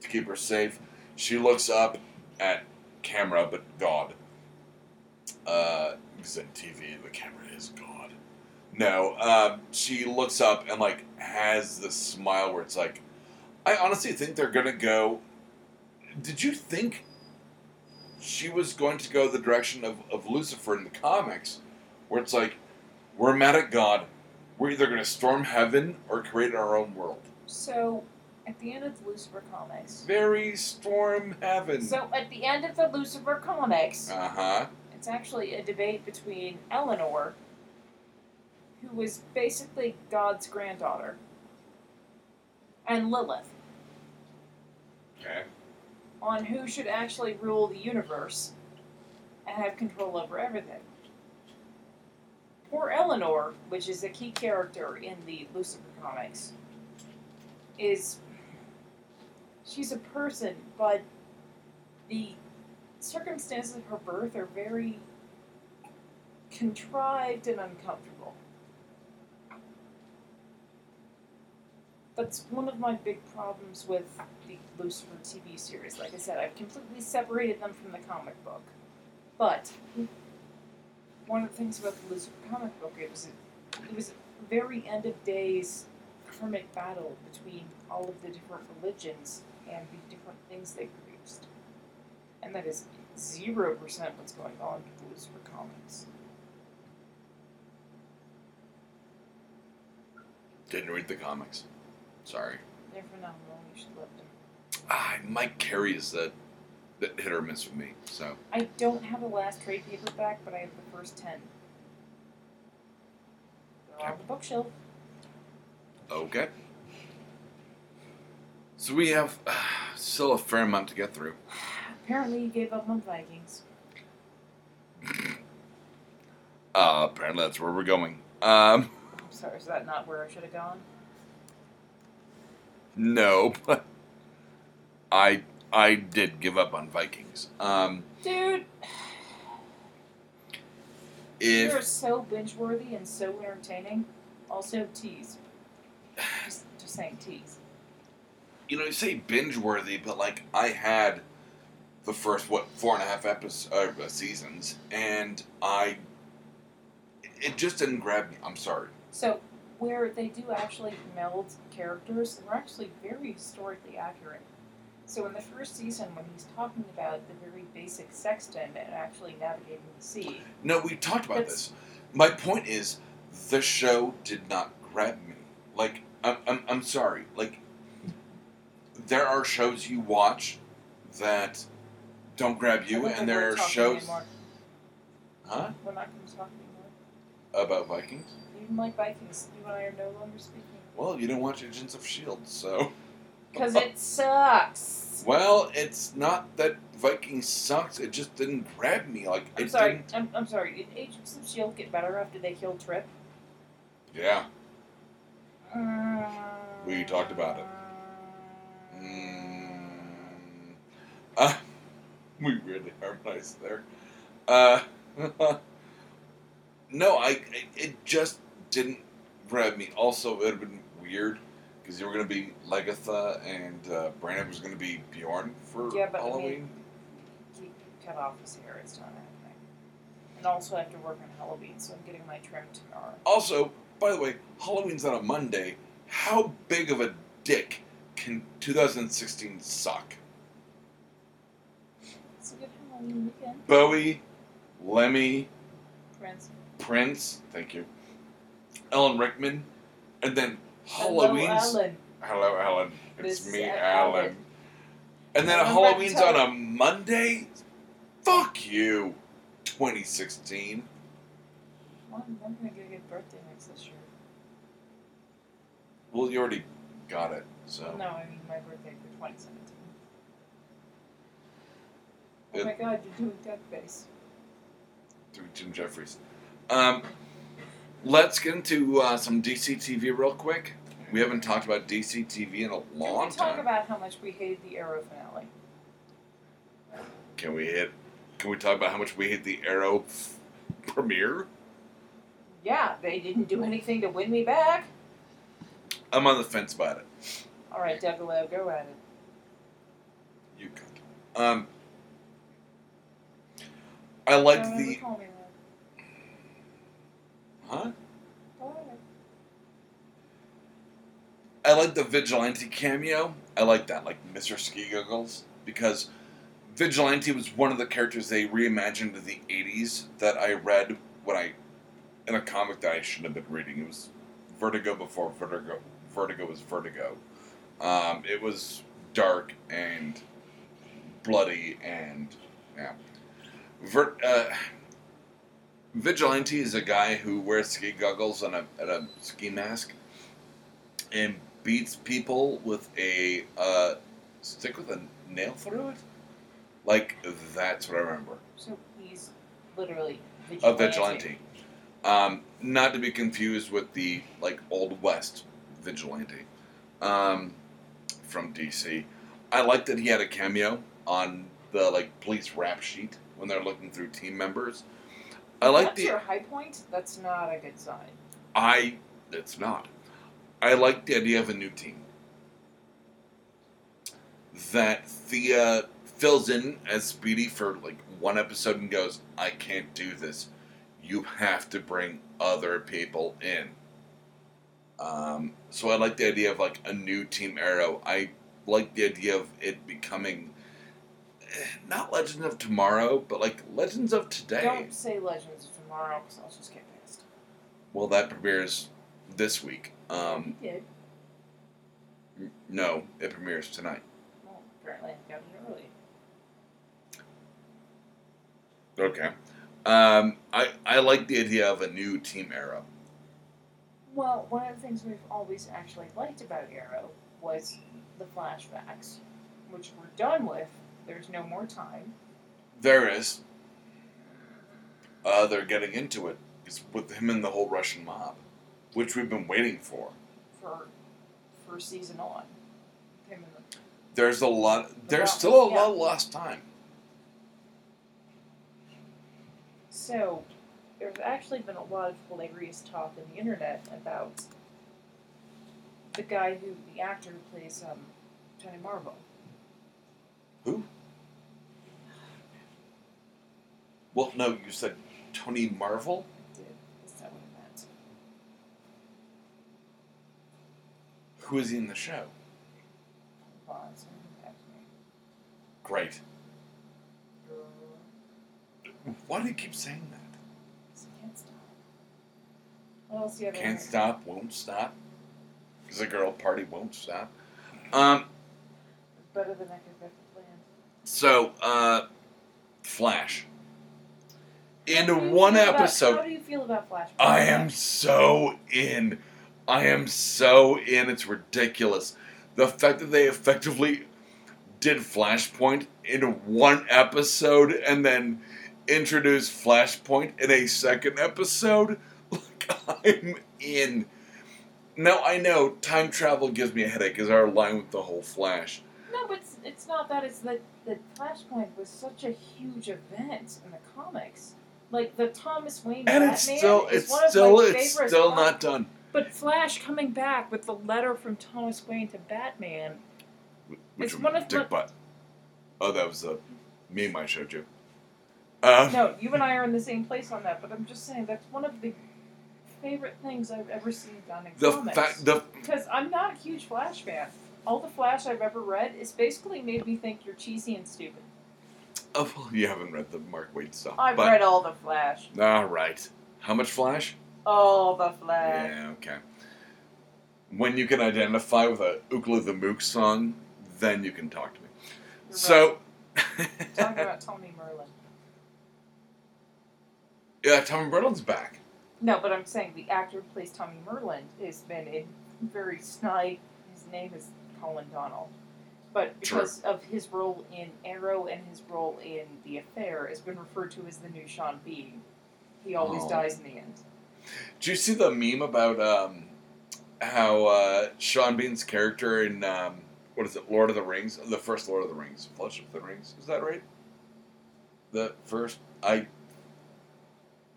to keep her safe, she looks up at camera, but God. Uh, because in TV, the camera is God. No, um, she looks up and like has this smile where it's like, I honestly think they're gonna go. Did you think she was going to go the direction of, of Lucifer in the comics, where it's like, we're mad at God, we're either gonna storm heaven or create our own world.
So, at the end of the Lucifer comics.
Very storm heaven.
So, at the end of the Lucifer comics,
uh huh.
it's actually a debate between Eleanor, who was basically God's granddaughter, and Lilith
Okay.
on who should actually rule the universe and have control over everything. Poor Eleanor, which is a key character in the Lucifer comics, is she's a person, but the circumstances of her birth are very contrived and uncomfortable. That's one of my big problems with the Lucifer TV series. Like I said, I've completely separated them from the comic book. But one of the things about the Lucifer comic book, it was a, it was a very end of days hermit battle between all of the different religions and the different things they produced. And that is zero percent what's going on with the Lucifer comics.
Didn't read the comics. Sorry.
They're phenomenal. You should love them.
Ah, Mike Carey is the, the hit or miss with me. So
I don't have the last trade paperback, but I have the first ten. They're on the bookshelf.
okay. So we have uh, still a fair amount to get through.
Apparently, you gave up on Vikings.
Uh, apparently that's where we're going. Um, [LAUGHS]
I'm sorry, is that not where I should have gone?
no, but [LAUGHS] I I did give up on Vikings. Um,
Dude,
if
you're so binge worthy and so entertaining. Also, tease. Just, just saying, tease.
you know, you say binge worthy, but like I had the first what four and a half episodes uh, seasons, and I it just didn't grab me. I'm sorry.
So, where they do actually meld characters, they're actually very historically accurate. So, in the first season, when he's talking about the very basic sexton and actually navigating the sea,
No, we talked about
That's-
this. My point is, the show did not grab me. Like, I'm, I'm, I'm sorry. Like, there are shows you watch that don't grab
I
you,
don't
and
think
there
we're
are
talking
shows.
anymore.
Huh?
We're not going to talk anymore.
About Vikings?
Even like Vikings, you and I are no longer speaking.
Well, you didn't watch Agents of S.H.I.E.L.D., E so.
Because it sucks.
Well, it's not that Vikings sucks, it just didn't grab me. Like,
I'm
it
sorry.
didn't.
I'm, I'm sorry. Did Agents of Shield get better after they killed Trip?
Yeah. We talked about it. Mm. Uh, [LAUGHS] we really harmonized there. Uh, [LAUGHS] no, I it, it just didn't grab me. Also, it would have been weird because you were going to be Legatha and uh, Brandon was going to be Bjorn for
Yeah, but I
Halloween.
mean- He cut off his hair. It's not happening. And also, I have to work on Halloween, so I'm getting my trim tomorrow.
Also, by the way, Halloween's on a Monday. How big of a dick can 2016 suck?
It's a good Halloween weekend,
Bowie, Lemmy,
Prince.
Prince, thank you, Ellen Rickman, and then
Hello,
Halloween's.
Ellen.
Hello, Alan. It's
This is
me,
Alan.
Alan. And then
Alan
Halloween's
Reptile.
on a Monday? Fuck you, 2016.
Well, I'm not gonna get a good birthday next this year.
Well, you already got it, so.
No, I mean my birthday for 2017.
Yeah.
Oh my God, you're doing duck face.
Through Jim Jeffries. Um, let's get into uh, some DC TV real quick. We haven't talked about DC TV in a
Can we
long
talk
time.
about how much we hated the Arrow finale?
can we hit? Can we talk about how much we hate the Arrow [LAUGHS] f- premiere?
Yeah, they didn't do anything to win me back.
I'm on the fence about it.
All right, Dougaleo, go at it.
You cut. Um, I liked
Don't ever
the
call me
huh.
that. Don't
I like the vigilante cameo. I like that, like Mr. Ski Goggles, because vigilante was one of the characters they reimagined in the '80s that I read when I in a comic that I shouldn't have been reading. It was Vertigo before Vertigo. Vertigo was Vertigo. Um, it was dark and bloody and yeah. Ver, uh, Vigilante is a guy who wears ski goggles and a, and a ski mask and beats people with a uh, stick with a nail through it. Like that's what I remember.
So he's literally
A vigilante, um, not to be confused with the like old west vigilante um, from DC. I like that he had a cameo on the like police rap sheet when they're looking through team members. I like
That's
the
your high point. That's not a good sign.
I it's not. I like the idea of a new team. That Thea fills in as Speedy for like one episode and goes, I can't do this. You have to bring other people in. Um, so I like the idea of like a new team arrow. I like the idea of it becoming eh, not Legends of Tomorrow, but like Legends of Today.
Don't say Legends of Tomorrow because I'll just get pissed.
Well, that premieres this week. Um,
he did.
n- no, it premieres tonight.
Well, apparently I got it early.
Okay. Um, I I like the idea of a new Team Arrow.
Well, one of the things we've always actually liked about Arrow was the flashbacks, which we're done with. There's no more time.
There is. Uh, they're getting into it. It's with him and the whole Russian mob, which we've been waiting for.
for for season on. Him and the,
There's a lot. There's
Yeah.
still a
Yeah.
lot of lost time.
so there's actually been a lot of hilarious talk on the internet about the guy who the actor who plays um, Tony Marvel.
Well, no, you said Tony Marvel.
I did. Is that what I meant?
Who is he in the show?
Hold on, it's gonna come back to me.
Great. Why do you keep saying that?
'Cause I can't stop. What else do you have? in
Can't
there?
stop, won't stop. Cause a girl party won't stop. Um,
Better than I could ever plan.
So, uh, Flash.
How do
In
you
one
feel about-
episode,
how do you feel about Flash?
I am so in. I am so in. It's ridiculous. The fact that they effectively did Flashpoint in one episode and then introduced Flashpoint in a second episode, [LAUGHS] like, I'm in. Now, I know time travel gives me a headache, is our line with the whole Flash.
No, but it's, it's not that. It's that the Flashpoint was such a huge event in the comics. Like the Thomas Wayne
And
Batman
it's still,
is
it's
one of
still,
my
it's
favorite
still
comic-
not done.
But Flash coming back with the letter from Thomas Wayne to Batman.
Which
It's
one,
one of
Dick
my-
Butt. Oh, that was a meme I showed you. Um,
No, you and I are in the same place on that. But I'm just saying that's one of the favorite things I've ever seen done in
the
comics.
fact the
because I'm not a huge Flash fan. All the Flash I've ever read is basically made me think you're cheesy and stupid.
oh, well, you haven't read the Mark Wade stuff.
I've
but,
read all the Flash.
All right. How much Flash?
All the Flash.
yeah. Okay. When you can identify with a Ookla the Mook song, then you can talk to me.
You're
So. [LAUGHS]
right. talking about Tommy Merlin.
yeah, Tommy Brenneman's back.
No, but I'm saying the actor who plays Tommy Merlin has been in very snide. His name is Colin Donnell. But
Sure.
because of his role in Arrow and his role in The Affair, has been referred to as the new Sean Bean. He always
Oh.
dies in the end.
Do you see the meme about um, how uh, Sean Bean's character in um, what is it, Lord of the Rings, the first Lord of the Rings, Fellowship of the Rings, is that right? The first I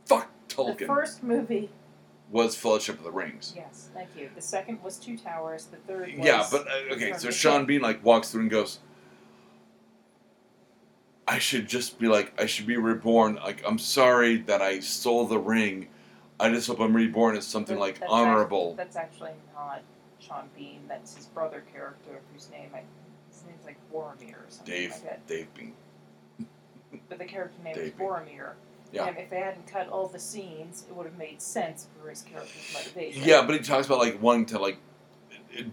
fuck
The
Tolkien
first movie,
was Fellowship of the Rings.
yes, thank you. The second was Two Towers. The third was
Yeah, but uh, okay, so
Perfect.
Sean Bean like walks through and goes, "I should just be like, I should be reborn. Like, I'm sorry that I stole the ring. I just hope I'm reborn as something
That-
like
that's act-
honorable."
That's actually not Sean Bean. That's his brother character, whose name I, his name's like Boromir or something
Dave
like that.
Dave Bean.
But the character name
Dave
was
Bean.
Boromir.
Yeah.
And if they hadn't cut all the scenes, it would have made sense for his character's motivation.
Yeah, but he talks about like wanting to like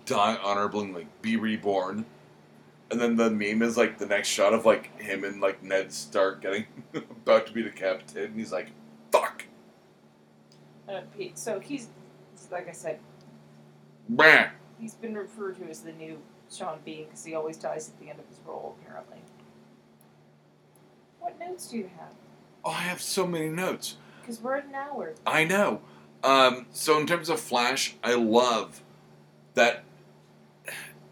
die honorably, and, like be reborn, and then the meme is like the next shot of like him and like Ned Stark getting [LAUGHS] about to be decapitated, and he's like, "Fuck,
Uh, he- so he's, like I said,
Brah.
he's been referred to as the new Sean Bean because he always dies at the end of his role, apparently. What notes do you have?
Oh, I have so many notes.
Because we're at an hour.
I know. Um, so in terms of Flash, I love that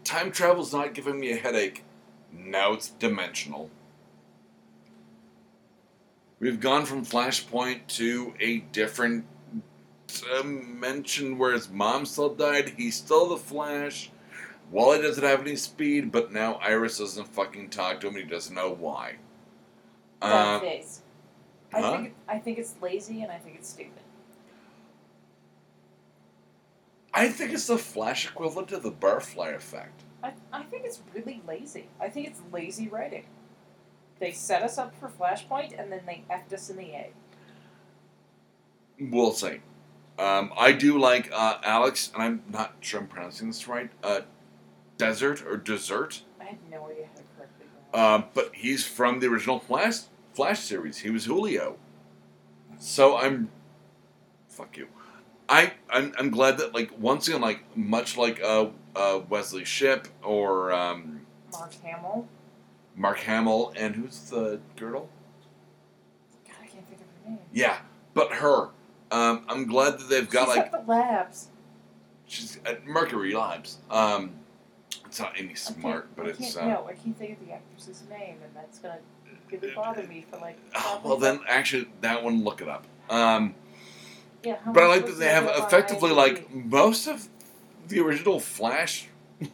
time travel's not giving me a headache. Now it's dimensional. We've gone from Flashpoint to a different dimension where his mom still died. He's still the Flash. Wally doesn't have any speed, but now Iris doesn't fucking talk to him. and He doesn't know why.
That
Uh,
phase.
huh?
I think I think it's lazy and I think it's stupid.
I think it's the Flash equivalent to the Barfly effect.
I, I think it's really lazy. I think it's lazy writing. They set us up for Flashpoint and then they effed us in the A.
We'll see. Um, I do like uh, Alex, and I'm not sure I'm pronouncing this right. Uh, Desert or Desert,
I had no idea how to correctly go.
Um, but he's from the original Flash Flash series. He was Julio. So I'm, fuck you. I I'm, I'm glad that like once again like much like uh, uh, Wesley Shipp or um,
Mark Hamill.
Mark Hamill and who's the girdle?
God, I can't think of her name.
Yeah, but her. Um, I'm glad that they've got
She's
like
at the labs.
She's at Mercury Labs. Um, it's not Amy
I can't-
Smart, but
I
it's
can't,
uh,
no, I can't think of the actress's name, and that's gonna really bother me for like.
oh,
probably-
[SIGHS] well then actually that one look it up. Um,
Yeah, how
but I
am
like that
supposed
they
to
have
know about
effectively
IMDb?
like most of the original Flash [LAUGHS]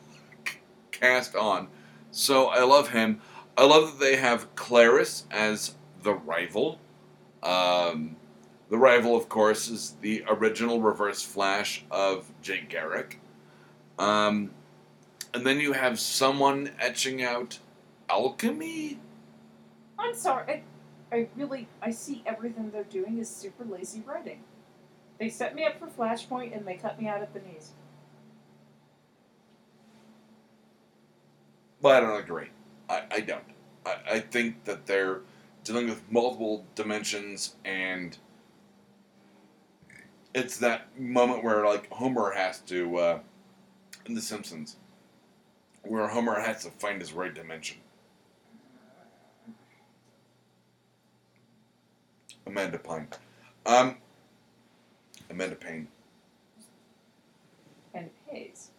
cast on. So I love him. I love that they have Claris as the rival. Um, the rival, of course, is the original Reverse Flash of Jake Garrick. Um, and then you have someone etching out alchemy.
I'm sorry. I, I really I see everything they're doing is super lazy writing. They set me up for Flashpoint and they cut me out at the knees.
Well, I don't agree. I, I don't. I, I think that they're dealing with multiple dimensions and it's that moment where like Homer has to uh, in The Simpsons where Homer has to find his right dimension. Amanda Pine. Um Amanda Payne.
And it pays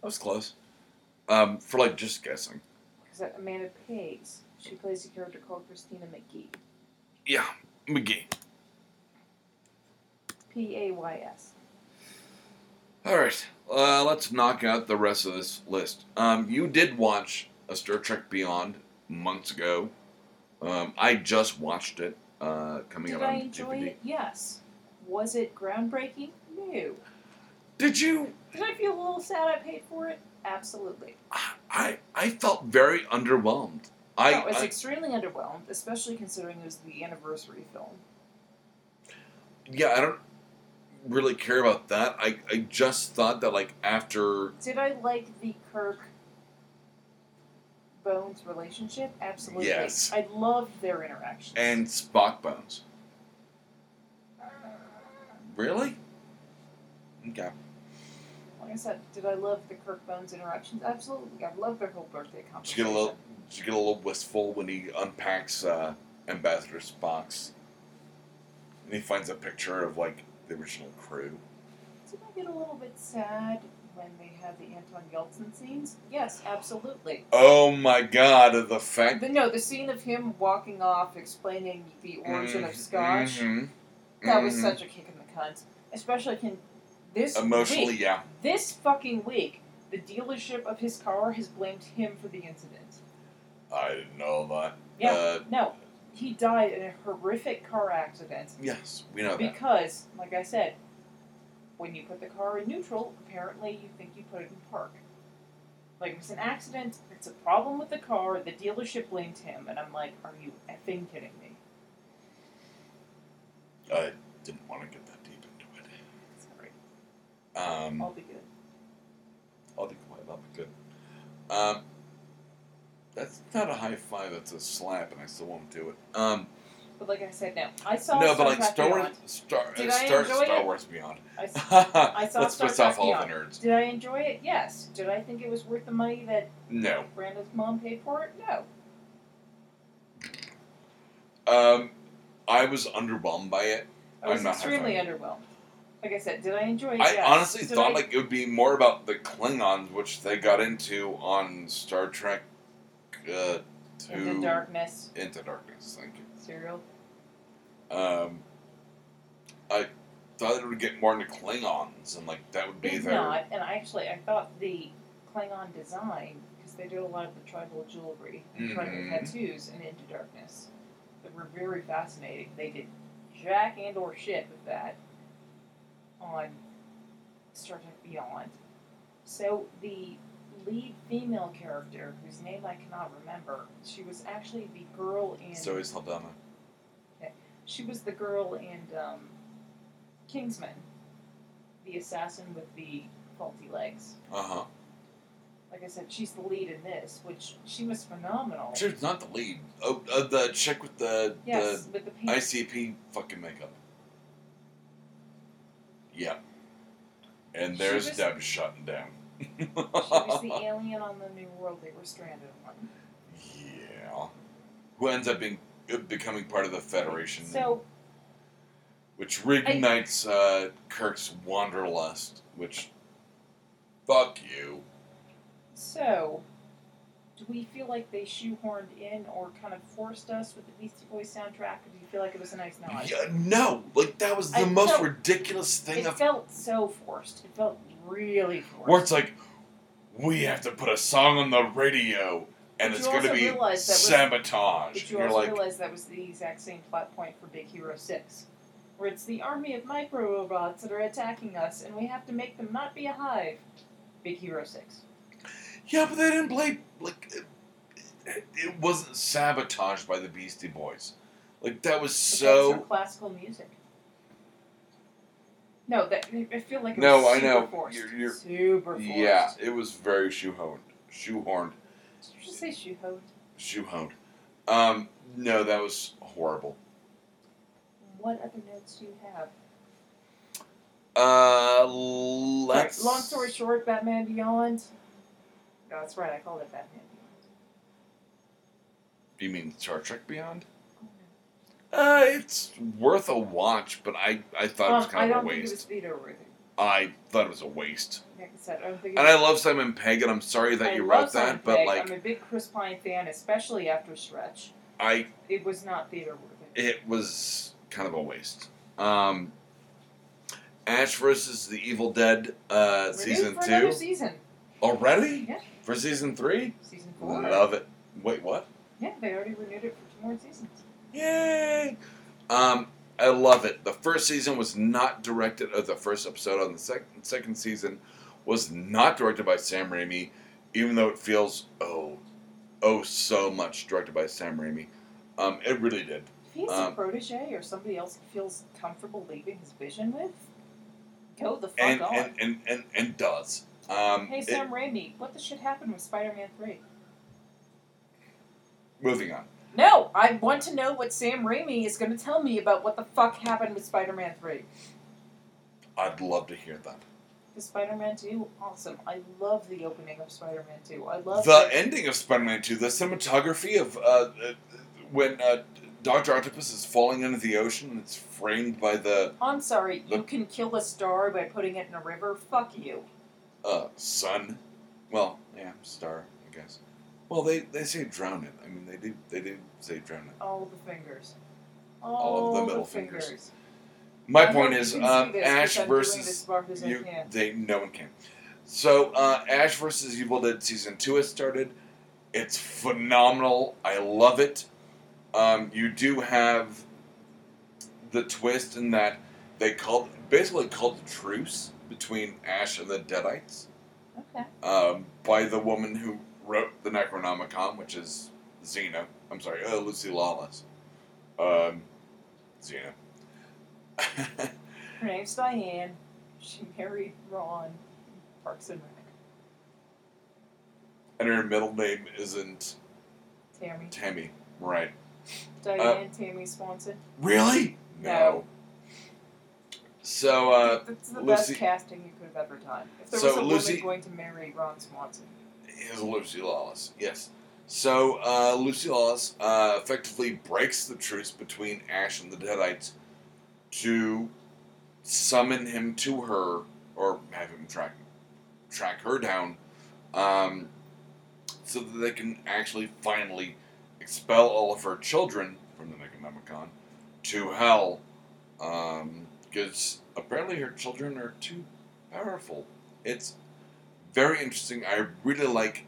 That was close. Um, for like just guessing.
because Amanda pays. She plays a character called Christina McGee.
Yeah, McGee.
P A Y S.
All right, uh, let's knock out the rest of this list. Um, you did watch A Star Trek Beyond months ago. Um, I just watched it uh, coming
Did
out
I
on
enjoy
DVD.
it? Yes. Was it groundbreaking? No.
Did you?
Did I feel a little sad I paid for it? Absolutely.
I- I I felt very underwhelmed. I,
no, it's
I-
extremely underwhelmed, especially considering it was the anniversary film.
yeah, I don't really care about that. I I just thought that like after
Did I like the Kirk Bones relationship? Absolutely.
Yes.
I loved their interactions.
and Spock bones. Really? Okay.
like I said, did I love the Kirk Bones interactions? Absolutely. I love their whole birthday
Did
conversation.
you get a little? Did you get a little wistful when he unpacks uh, Ambassador's box? And he finds a picture of like the original crew.
Did I get a little bit sad when they had the Anton Yeltsin scenes? Yes, absolutely.
Oh my God! The fact
The, no, the scene of him walking off explaining the origin of Scotch.
Mhm.
That was
Mhm.
such a kick in the cunt. Especially can this
emotionally,
week,
yeah.
this fucking week, the dealership of his car has blamed him for the incident.
I didn't know that.
Yeah.
Uh,
No, he died in a horrific car accident
yes, we know that.
because, like I said, when you put the car in neutral, apparently you think you put it in park. Like, it was an accident, it's a problem with the car, the dealership blames him, and I'm like, are you effing kidding me?
I didn't want to get that deep into it.
Sorry,
Um,
I'll be good.
I'll be quiet. I'll be good. Um, that's not a high five. That's a slap, and I still won't do it. Um,
But like I said, no. I saw
no,
Star
but like
Trek
Star Wars,
Beyond.
Star,
Did
uh,
I
Star,
enjoy
Star
it?
Wars Beyond.
[LAUGHS]
[LAUGHS]
I s- saw
Let's
Star
piss off
Trek
all the
Beyond.
nerds.
Did I enjoy it? Yes. Did I think it was worth the money that
No.
Brandon's mom paid for it? No.
Um, I was underwhelmed by it.
I was
I'm not
extremely underwhelmed. Like I said, did I enjoy it?
I
yes.
honestly
Did
thought
I-
like it would be more about the Klingons, which they got into on Star Trek uh, Two
Into Darkness
Into Darkness. Thank you.
serial.
Um, I thought it would get more into Klingons, and like that would be
It's
their.
not, and I actually I thought the Klingon design because they did a lot of the tribal jewelry, tribal
Mhm.
tattoos, and Into Darkness that were very fascinating. They did jack and or shit with that on Star Trek Beyond. So the lead female character, whose name I cannot remember, she was actually the girl in
Zoe Saldana.
she was the girl in um, Kingsman, the assassin with the faulty legs.
Uh huh.
Like I said, she's the lead in this, which she was phenomenal.
She's not the lead. Oh, uh, the chick with the
Yes, with the
the
pink.
ICP fucking makeup. Yeah. And
She
there's
was-
Deb shutting down.
She was
[LAUGHS]
the alien on the New World they were stranded on.
yeah. Who ends up being uh, becoming part of the Federation,
So
which reignites uh, Kirk's wanderlust. Which, fuck you.
so do we feel like they shoehorned in or kind of forced us with the Beastie Boys soundtrack, or do you feel like it was a nice nod?
Yeah, no, like that was the
I
most
felt-
ridiculous thing.
It
Of,
felt so forced. It felt really forced.
where it's like, we have to put a song on the radio, and
But
it's
you
going to
also
be
realize that was-
sabotage.
But
And
you
You're
also
like,
realize that was the exact same plot point for Big Hero 6, where it's the army of micro robots that are attacking us, and we have to make them not be a hive. Big Hero 6.
yeah, but they didn't play like. It, it- it wasn't sabotaged by the Beastie Boys. Like that was
But
so.
that's your classical music. No, that I feel like it
No,
was
I
super
know.
forced.
You're- you're-
super forced.
yeah, it was very shoehorned. Shoehorned.
Did you just say shoehorned?
Shoehorned. Um, no, that was horrible.
What other notes do you have?
Uh,
Sorry,
let's.
long story short, Batman Beyond. No, that's right. I called it Batman
You mean Star Trek Beyond?
Beyond.
Uh, it's worth a watch, but I, I thought it was
Um,
kind
I
of a
don't think it was
waste.
theater worthy.
I thought it was a waste.
Like I said, I don't think it
And I love Simon Pegg, and I'm sorry that
I
you
love
wrote that,
Simon
but
Pegg.
like
I'm a big Chris Pine fan, especially after Stretch.
I,
It was not theater worthy.
it was kind of a waste. Um, Ash versus the Evil Dead, uh,
Renewed
season
for another
two
season,
already
Yeah.
for season three.
season four.
Love it. Wait, what?
Yeah, they already renewed it for two more seasons.
Yay! Um, I love it. The first season was not directed. Or the first episode on the second second season was not directed by Sam Raimi, even though it feels oh, oh so much directed by Sam Raimi. Um, it really did.
If he's a
Um,
protege or somebody else he feels comfortable leaving his vision with, go the fuck
And
on.
and, and and and does. Um,
hey
it-
Sam Raimi, what the shit happened with Spider-Man Three?
moving on.
No, I want to know what Sam Raimi is going to tell me about what the fuck happened with Spider-Man Three.
I'd love to hear that.
Because Spider-Man Two, awesome. I love the opening of Spider-Man Two. I love
the ending of Spider-Man Two, the cinematography of uh, uh, when uh, Doctor Octopus is falling into the ocean and it's framed by the
I'm sorry, you
Look-
can kill a star by putting it in a river. Fuck you.
uh, sun. Well, yeah, star, I guess. Well, they, they say drown it. I mean, they do they do say drown it.
All the fingers. All,
All of the middle
fingers.
fingers. My
I hope
point
you
is,
can see
um,
this, 'cause
Ash
I'm doing this as
versus
far as I
you.
can.
They no one can. So uh, Ash versus Evil Dead season two has started. It's phenomenal. I love it. Um, you do have the twist in that they called basically called a truce between Ash and the Deadites
Okay.
um, by the woman who wrote the Necronomicon, which is Xena. I'm sorry, uh, Lucy Lawless. Um, Xena. [LAUGHS]
Her name's Diane. She married Ron. Parks and Rec.
and her middle name isn't
Tammy.
Tammy, right? Uh,
Diane Tammy Swanson.
Really?
No.
So, uh,
That's the
Lucy-
best casting you could have ever done. If there
So,
was a
Lucy-
woman going to marry Ron Swanson.
is Lucy Lawless. Yes. So uh, Lucy Lawless uh, effectively breaks the truce between Ash and the Deadites to summon him to her or have him track track her down, um, so that they can actually finally expel all of her children from the Necronomicon to hell, because apparently her children are too powerful. It's very interesting. I really like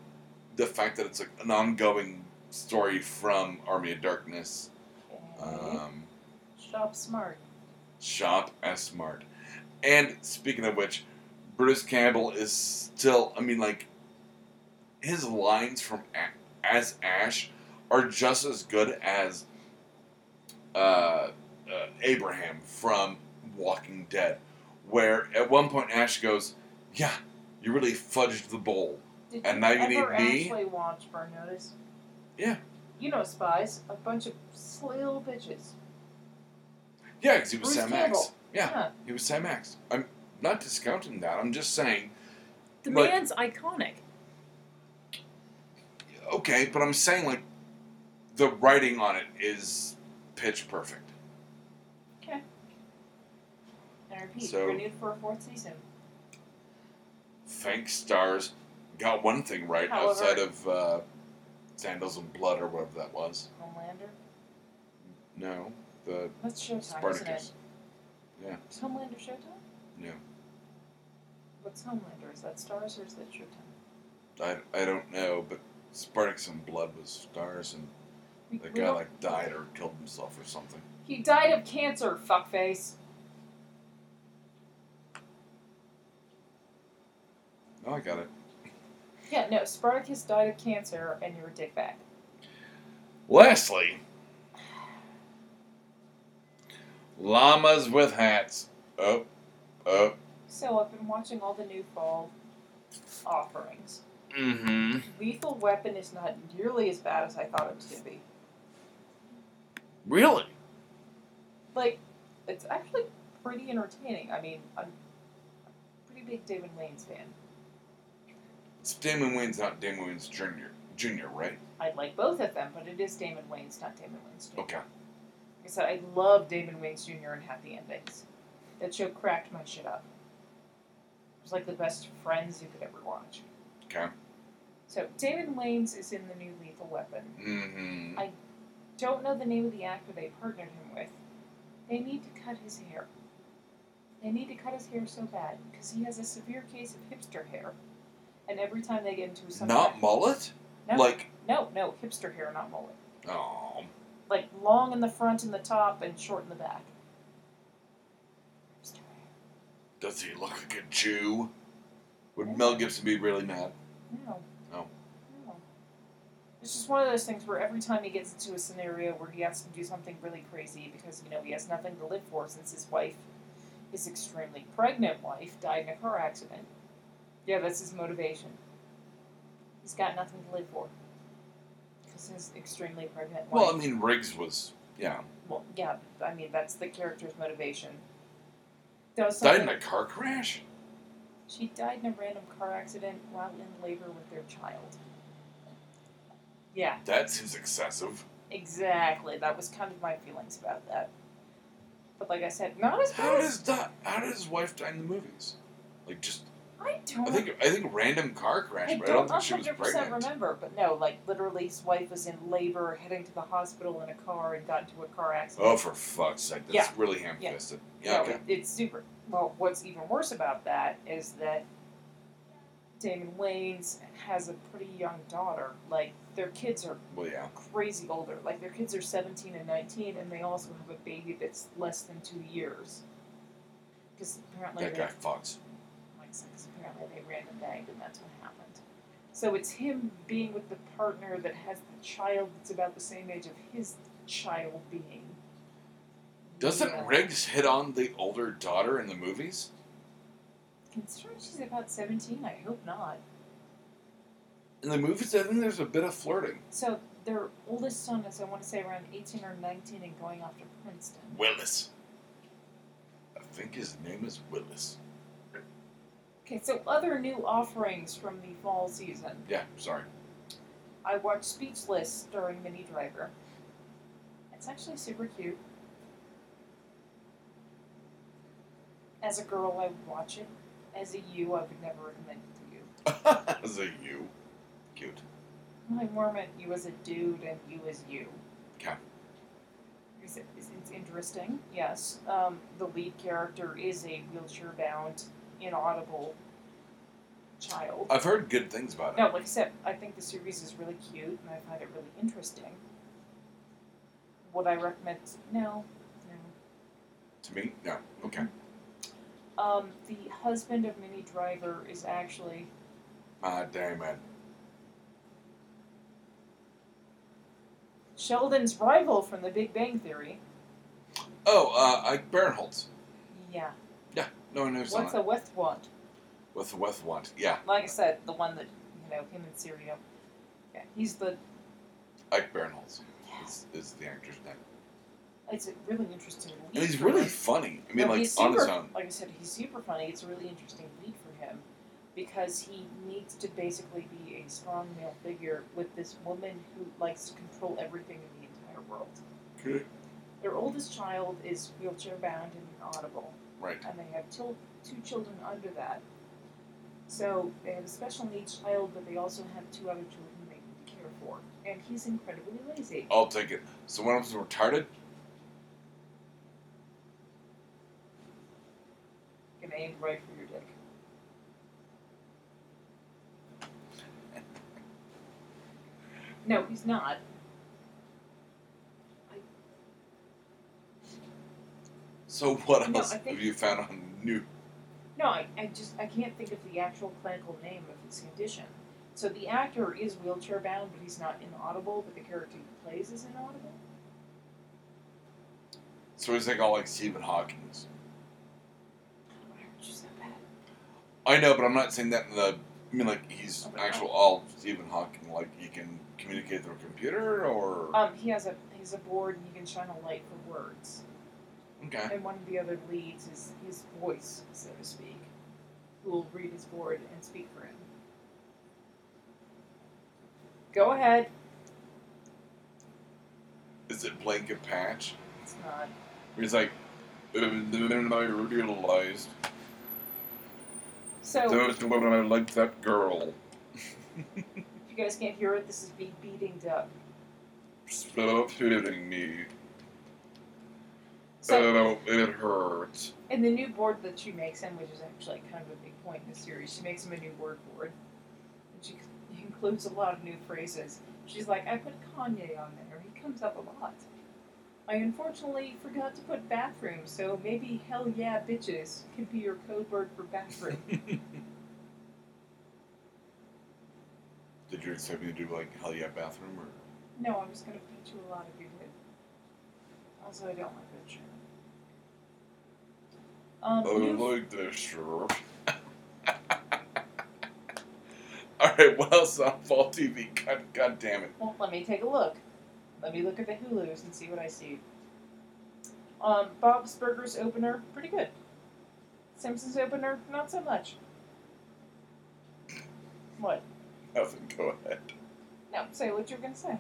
the fact that it's like an ongoing story from Army of Darkness.
Okay.
Um,
Shop smart.
shop as smart. And speaking of which, Bruce Campbell is still. I mean, like his lines from A- as Ash are just as good as uh, uh, Abraham from Walking Dead, where at one point Ash goes, "Yeah, you really fudged the bowl."
Did
And
you
now you
ever
need me?
actually watch Burn Notice?
Yeah.
You know spies, a bunch of slil bitches.
Yeah, because he was
Bruce
Sam
Campbell.
Axe. Yeah,
Huh.
he was Sam Axe. I'm not discounting that. I'm just saying,
The
Right.
man's iconic.
okay, but I'm saying like the writing on it is pitch perfect.
And I repeat,
So-
renewed for a fourth season.
Thanks, stars. Got one thing right
However-
outside of uh, Sandals and Blood or whatever that was.
Homelander.
No, the
That's Showtime,
Spartacus.
isn't it? Homelander Showtime?
No,
What's Homelander? Is that Stars or is that Showtime?
I, I don't know, but Spartacus and Blood was stars, and
We-
the
we
guy
don't-
like died or killed himself or something.
He died of cancer, fuckface.
No, I got it.
Yeah, no, Spartacus died of cancer and you're a dickbag.
Lastly, llamas with hats. Oh, oh.
So I've been watching all the new fall offerings.
Mm-hmm.
Lethal Weapon is not nearly as bad as I thought it was going to be.
Really?
Like, it's actually pretty entertaining. I mean, I'm a pretty big David Wayne's fan.
It's Damon Wayne's not Damon Wayne's Junior. Junior, right?
I like both of them, but it is Damon Wayne's, not Damon Wayne's Jr.
Okay.
Like I said, I love Damon Wayne's Jr. and Happy Endings. That show cracked my shit up. It was like the best friends you could ever watch.
Okay.
So Damon Wayne's is in the new Lethal Weapon.
Mm-hmm.
Don't know the name of the actor they partnered him with. They need to cut his hair. They need to cut his hair so bad because he has a severe case of hipster hair. And every time they get into some
Not mullet?
no,
Like,
no, no, hipster hair, not mullet.
oh,
Like long in the front and the top and short in the back. Hipster hair.
does he look like a Jew? Would Mel Gibson be really mad?
No.
No.
No. It's just one of those things where every time he gets into a scenario where he has to do something really crazy because, you know, he has nothing to live for since his wife, his extremely pregnant wife, died in a car accident. Yeah, that's his motivation. He's got nothing to live for. Because his extremely pregnant wife.
Well, um, I mean, Riggs was, yeah,
Well, yeah, I mean, that's the character's motivation. Does
died
something,
in a car crash.
She died in a random car accident while in labor with their child. Yeah.
That seems excessive.
Exactly. That was kind of my feelings about that. But like I said, not as
How
bad as
does that? How did his wife die in the movies? Like, just
I don't.
I think I think random car crash,
I
but I don't
don't
think she
100%
was pregnant.
remember, but no, like literally, his wife was in labor, heading to the hospital in a car, and got into a car accident.
Oh, for fuck's sake! That's really ham-fisted. Yeah.
No,
okay.
it- it's super. Well, what's even worse about that is that Damon Wayans has a pretty young daughter. Like their kids are
Well, yeah.
crazy older. Like their kids are 17 and 19, and they also have a baby that's less than two years. Because apparently
That
they-
guy fucks.
like since apparently they ran and banged and that's what happened. So it's him being with the partner that has the child that's about the same age of his child being.
Doesn't
Yeah.
Riggs hit on the older daughter in the movies?
Considering she's about seventeen, I hope not.
In the movies, I think there's a bit of flirting.
So their oldest son is I want to say around eighteen or nineteen and going off to Princeton.
Willis. I think his name is Willis.
Okay, so other new offerings from the fall season.
Yeah, sorry. [LAUGHS]
I watched Speechless during Mini Driver. It's actually super cute. As a girl, I would watch it. As a you, I would never recommend it to you.
Is it you? Cute.
I more meant you as a dude and you as you.
Okay.
Is it- is- It's interesting, yes. Um, the lead character is a wheelchair bound, inaudible child.
I've heard good things about it.
No, like I said, I think the series is really cute and I find it really interesting. Would I recommend? No, no.
To me? No. Okay.
Um, the husband of Minnie Driver is actually
Ah, damn it.
Sheldon's rival from The Big Bang Theory.
Oh, uh, I, Barinholtz.
Yeah.
No one knows
What's
that.
a West want?
With the with want. Yeah,
Like I said, the one that you know him and Syria. Yeah, he's the.
Ike Barinholtz
Yeah,
is, is the actor's name.
it's a really interesting. Lead
And he's
for
really
him.
funny. I mean,
No,
like,
he's
on his
super-
own.
Like I said, he's super funny. It's a really interesting lead for him because he needs to basically be a strong male figure with this woman who likes to control everything in the entire world. Their oldest child is wheelchair bound and inaudible,
Right.
and they have til- two children under that. So they have a special needs child, but they also have two other children they need to care for. And he's incredibly lazy.
I'll take it. So one of them's retarded?
Gonna aim right for your dick. No, he's not.
So [LAUGHS] what
No,
else
I think-
have you found on new?
No, I, I just I can't think of the actual clinical name of his condition. So the actor is wheelchair bound, but he's not inaudible. But the character he plays is inaudible.
So he's like all like Stephen Hawking's.
Why aren't you so bad?
I know, but I'm not saying that in the. I mean, like he's
Oh, but
actual all Stephen Hawking. Like he can communicate through a computer or
Um, he has a he's a board and he can shine a light for words.
okay.
And one of the other leads is his voice, so to speak, who will read his board and speak for him. Go ahead.
Is it blanket patch?
It's not.
Where he's like. I realized
So
those women I like that girl.
if you guys can't hear it, this is me beating Doug.
Stop hitting me.
So
oh, it hurts.
And the new board that she makes him, which is actually kind of a big point in the series, she makes him a new word board. And she [LAUGHS] c- includes a lot of new phrases. She's like, I put Kanye on there. He comes up a lot. I unfortunately forgot to put bathroom, so maybe hell yeah bitches could be your code word for
[LAUGHS]
bathroom.
Did you expect me to do like hell yeah bathroom or?
no, I'm just going to pitch you a lot if you did. Also, I don't like that shirt. Um,
Oh,
new-
like this shirt. [LAUGHS] All right, what else on Fall TV? God, God damn it!
Well, let me take a look. Let me look at the Hulu's and see what I see. Um, Bob's Burgers opener, pretty good. Simpsons opener, not so much. What?
Nothing. Go ahead.
No, say what you're gonna say.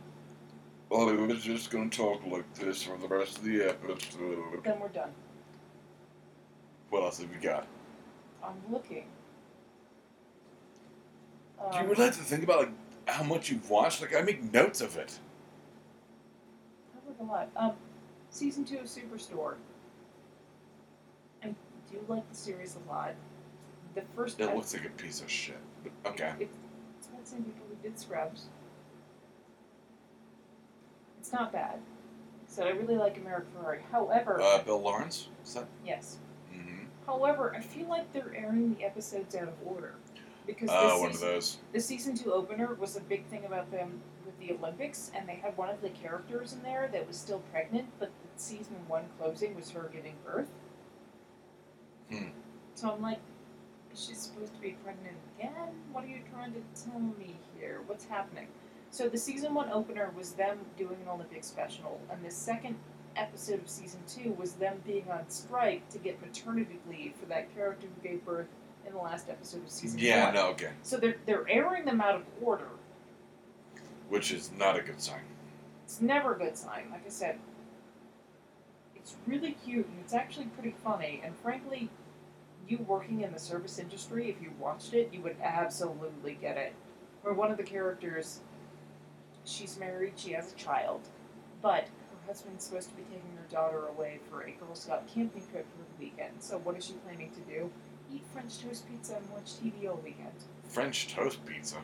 Well, I was just gonna talk like this for the rest of the episode.
Then we're done.
What else have you got?
I'm looking.
Do you
Um,
really have to think about like how much you've watched? Like I make notes of it.
I look a lot. Um, season two of Superstore. I do like the series a lot. The first
It
I-
looks like a piece of shit. But okay.
It, it's not the same people who did Scrubs. It's not bad. So I really like American Ferrari. However,
Uh, Bill Lawrence. Is that?
yes,
Mm-hmm.
However, I feel like they're airing the episodes out of order because
Uh,
this
one of
season,
those.
the season two opener was a big thing about them with the Olympics, and they had one of the characters in there that was still pregnant, but the season one closing was her giving birth.
Hmm.
So I'm like, she's supposed to be pregnant again? What are you trying to tell me here? What's happening? So the season one opener was them doing an Olympic special, and the second episode of season two was them being on strike to get maternity leave for that character who gave birth in the last episode of season
Yeah,
one.
no, okay.
So they're they're airing them out of order.
Which is not a good sign.
It's never a good sign. Like I said, it's really cute and it's actually pretty funny. And frankly, you working in the service industry, if you watched it, you would absolutely get it. Where one of the characters, she's married, she has a child, but her husband's supposed to be taking her daughter away for a Girl Scout camping trip for the weekend. So what is she planning to do? Eat French toast pizza and watch TV all weekend.
French toast pizza.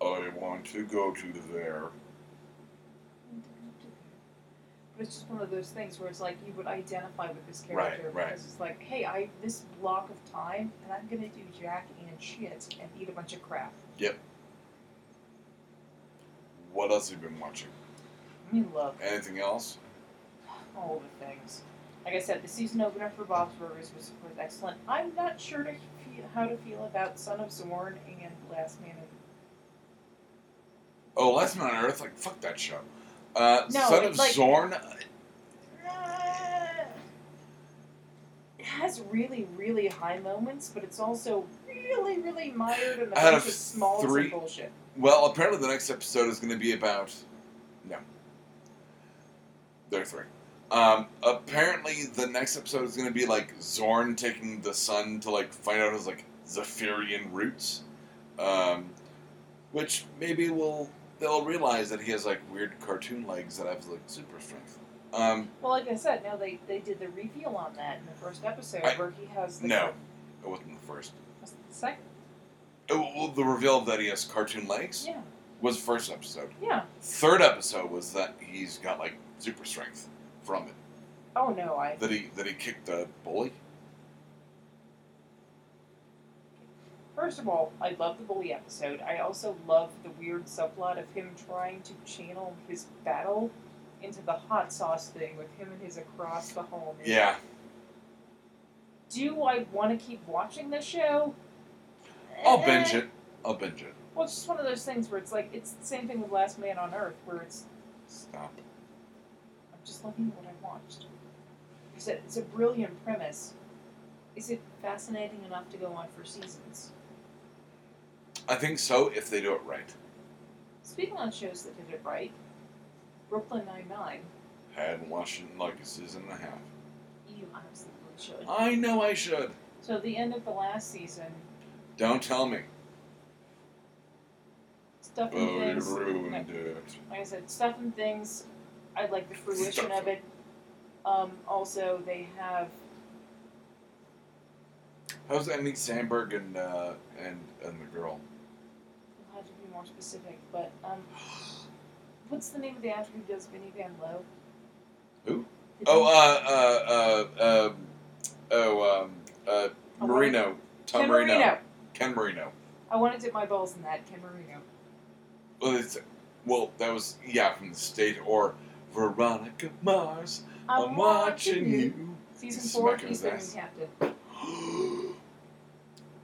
I want to go to there.
But it's just one of those things where it's like you would identify with this
Right,
character
right.
because it's like, hey, I this block of time and I'm gonna do jack and shit and eat a bunch of crap.
What else have you been watching?
I mean, love
Anything else?
all the things. Like I said, the season opener for Bob's Burgers was of course excellent. I'm not sure to feel, how to feel about Son of Zorn and Last Man. In-
Oh, Last Man on Earth? Like, fuck that show. Uh,
No,
Son
it's
of
like-
Zorn?
Ah. It has really, really high moments, but it's also really, really mired in a
Out
bunch
of
of small
three-
bullshit.
Well, apparently the next episode is going to be about. No. There are three. Um, apparently the next episode is going to be like Zorn taking the sun to like find out his like Zephyrian roots, um, which maybe will they'll realize that he has like weird cartoon legs that have like super strength. Um,
Well, like I said, no, they, they did the reveal on that in the first episode
I-
where he has the
no, it wasn't the first.
was it the second
It- well, the reveal that he has cartoon legs
yeah
was first episode.
yeah
Third episode was that he's got like super strength from it.
oh no I
That he that he kicked the bully.
first of all I love the bully episode I also love the weird subplot of him trying to channel his battle into the hot sauce thing with him and his across the hall movie.
Yeah,
do I want to keep watching this show Eh.
I'll binge it. I'll binge it.
well it's just one of those things where it's like it's the same thing with Last Man on Earth where it's
Stop.
I'm just looking at what I watched. It's a, it's a brilliant premise. Is it fascinating enough to go on for seasons?
I think so if they do it right.
Speaking on shows that did it right, Brooklyn Nine-Nine,
Hadn't watched it in like a season and a half.
you absolutely should.
I know I should.
So at the end of the last season,
Don't tell me.
Stuff and
Oh, you
Things,
ruined it.
like I said, Stuff and Things, I like the fruition
Stuff.
of it. Um, also, they have,
How's Andy Sandberg and uh, and and the girl?
I'll have to be more specific, but um, what's the name of the actor who does Vinnie Van Lowe?
Who?
The
Oh,
dude-
uh, uh, uh, um, oh, um, uh,
Oh,
Marino. uh, Tom
Ken Marino.
Ken Marino.
I want to dip my balls in that, Ken Marino.
Well, it's, well, that was yeah from the state or Veronica Mars. I'm, watching you.
Season
Smack
four,
him in
he's
the
the new
ass.
captain.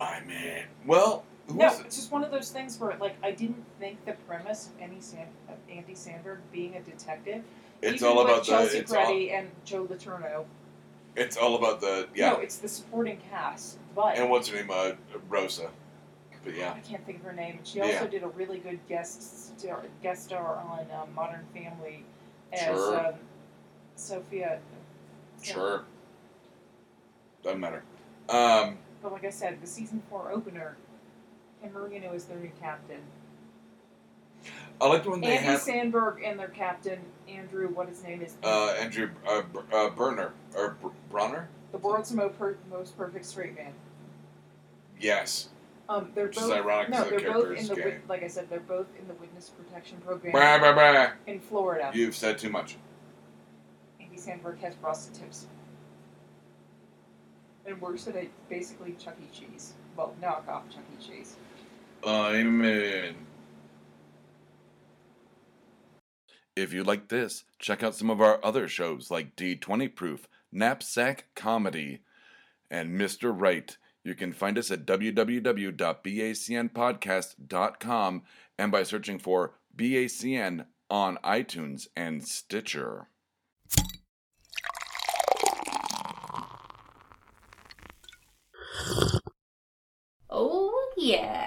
I'm in. Well, who
No,
was it?
it's just one of those things where, like, I didn't think the premise of any San- of Andy Sandberg being a detective.
It's
even
all
with
about
Chelsea
the. It's all,
Peretti and Joe Letourneau.
it's all about the yeah.
No, it's the supporting cast. But
and what's her name? Uh, Rosa. But yeah,
I can't think of her name. And she also
Yeah.
did a really good guest star, guest star on uh, Modern Family as
Sure.
um, Sophia.
sure. Doesn't matter. Um,
But like I said, the season four opener, Ken Marino is their new captain.
I liked when they
Andy
had
Sandberg and their captain Andrew, what his name is,
uh, Andrew uh, Br- uh, Burner or Br- Bronner.
the world's mo- per- most perfect straight man.
Yes.
Um, they're
Which is
both
ironic 'cause
no,
the
they're
character
both in
is
the
gay.
wit- like I said, they're both in the witness protection program
Brah, brah, brah.
in Florida.
You've said too much.
Andy Andy Sandberg has prostitutes. And works at a basically Chuck E. Cheese. Well, knockoff Chuck E. Cheese.
Amen. If you like this, check out some of our other shows like D20 Proof, Knapsack Comedy, and Mr. Right. You can find us at www.bacnpodcast.com and by searching for BACN on iTunes and Stitcher.
Oh, yeah.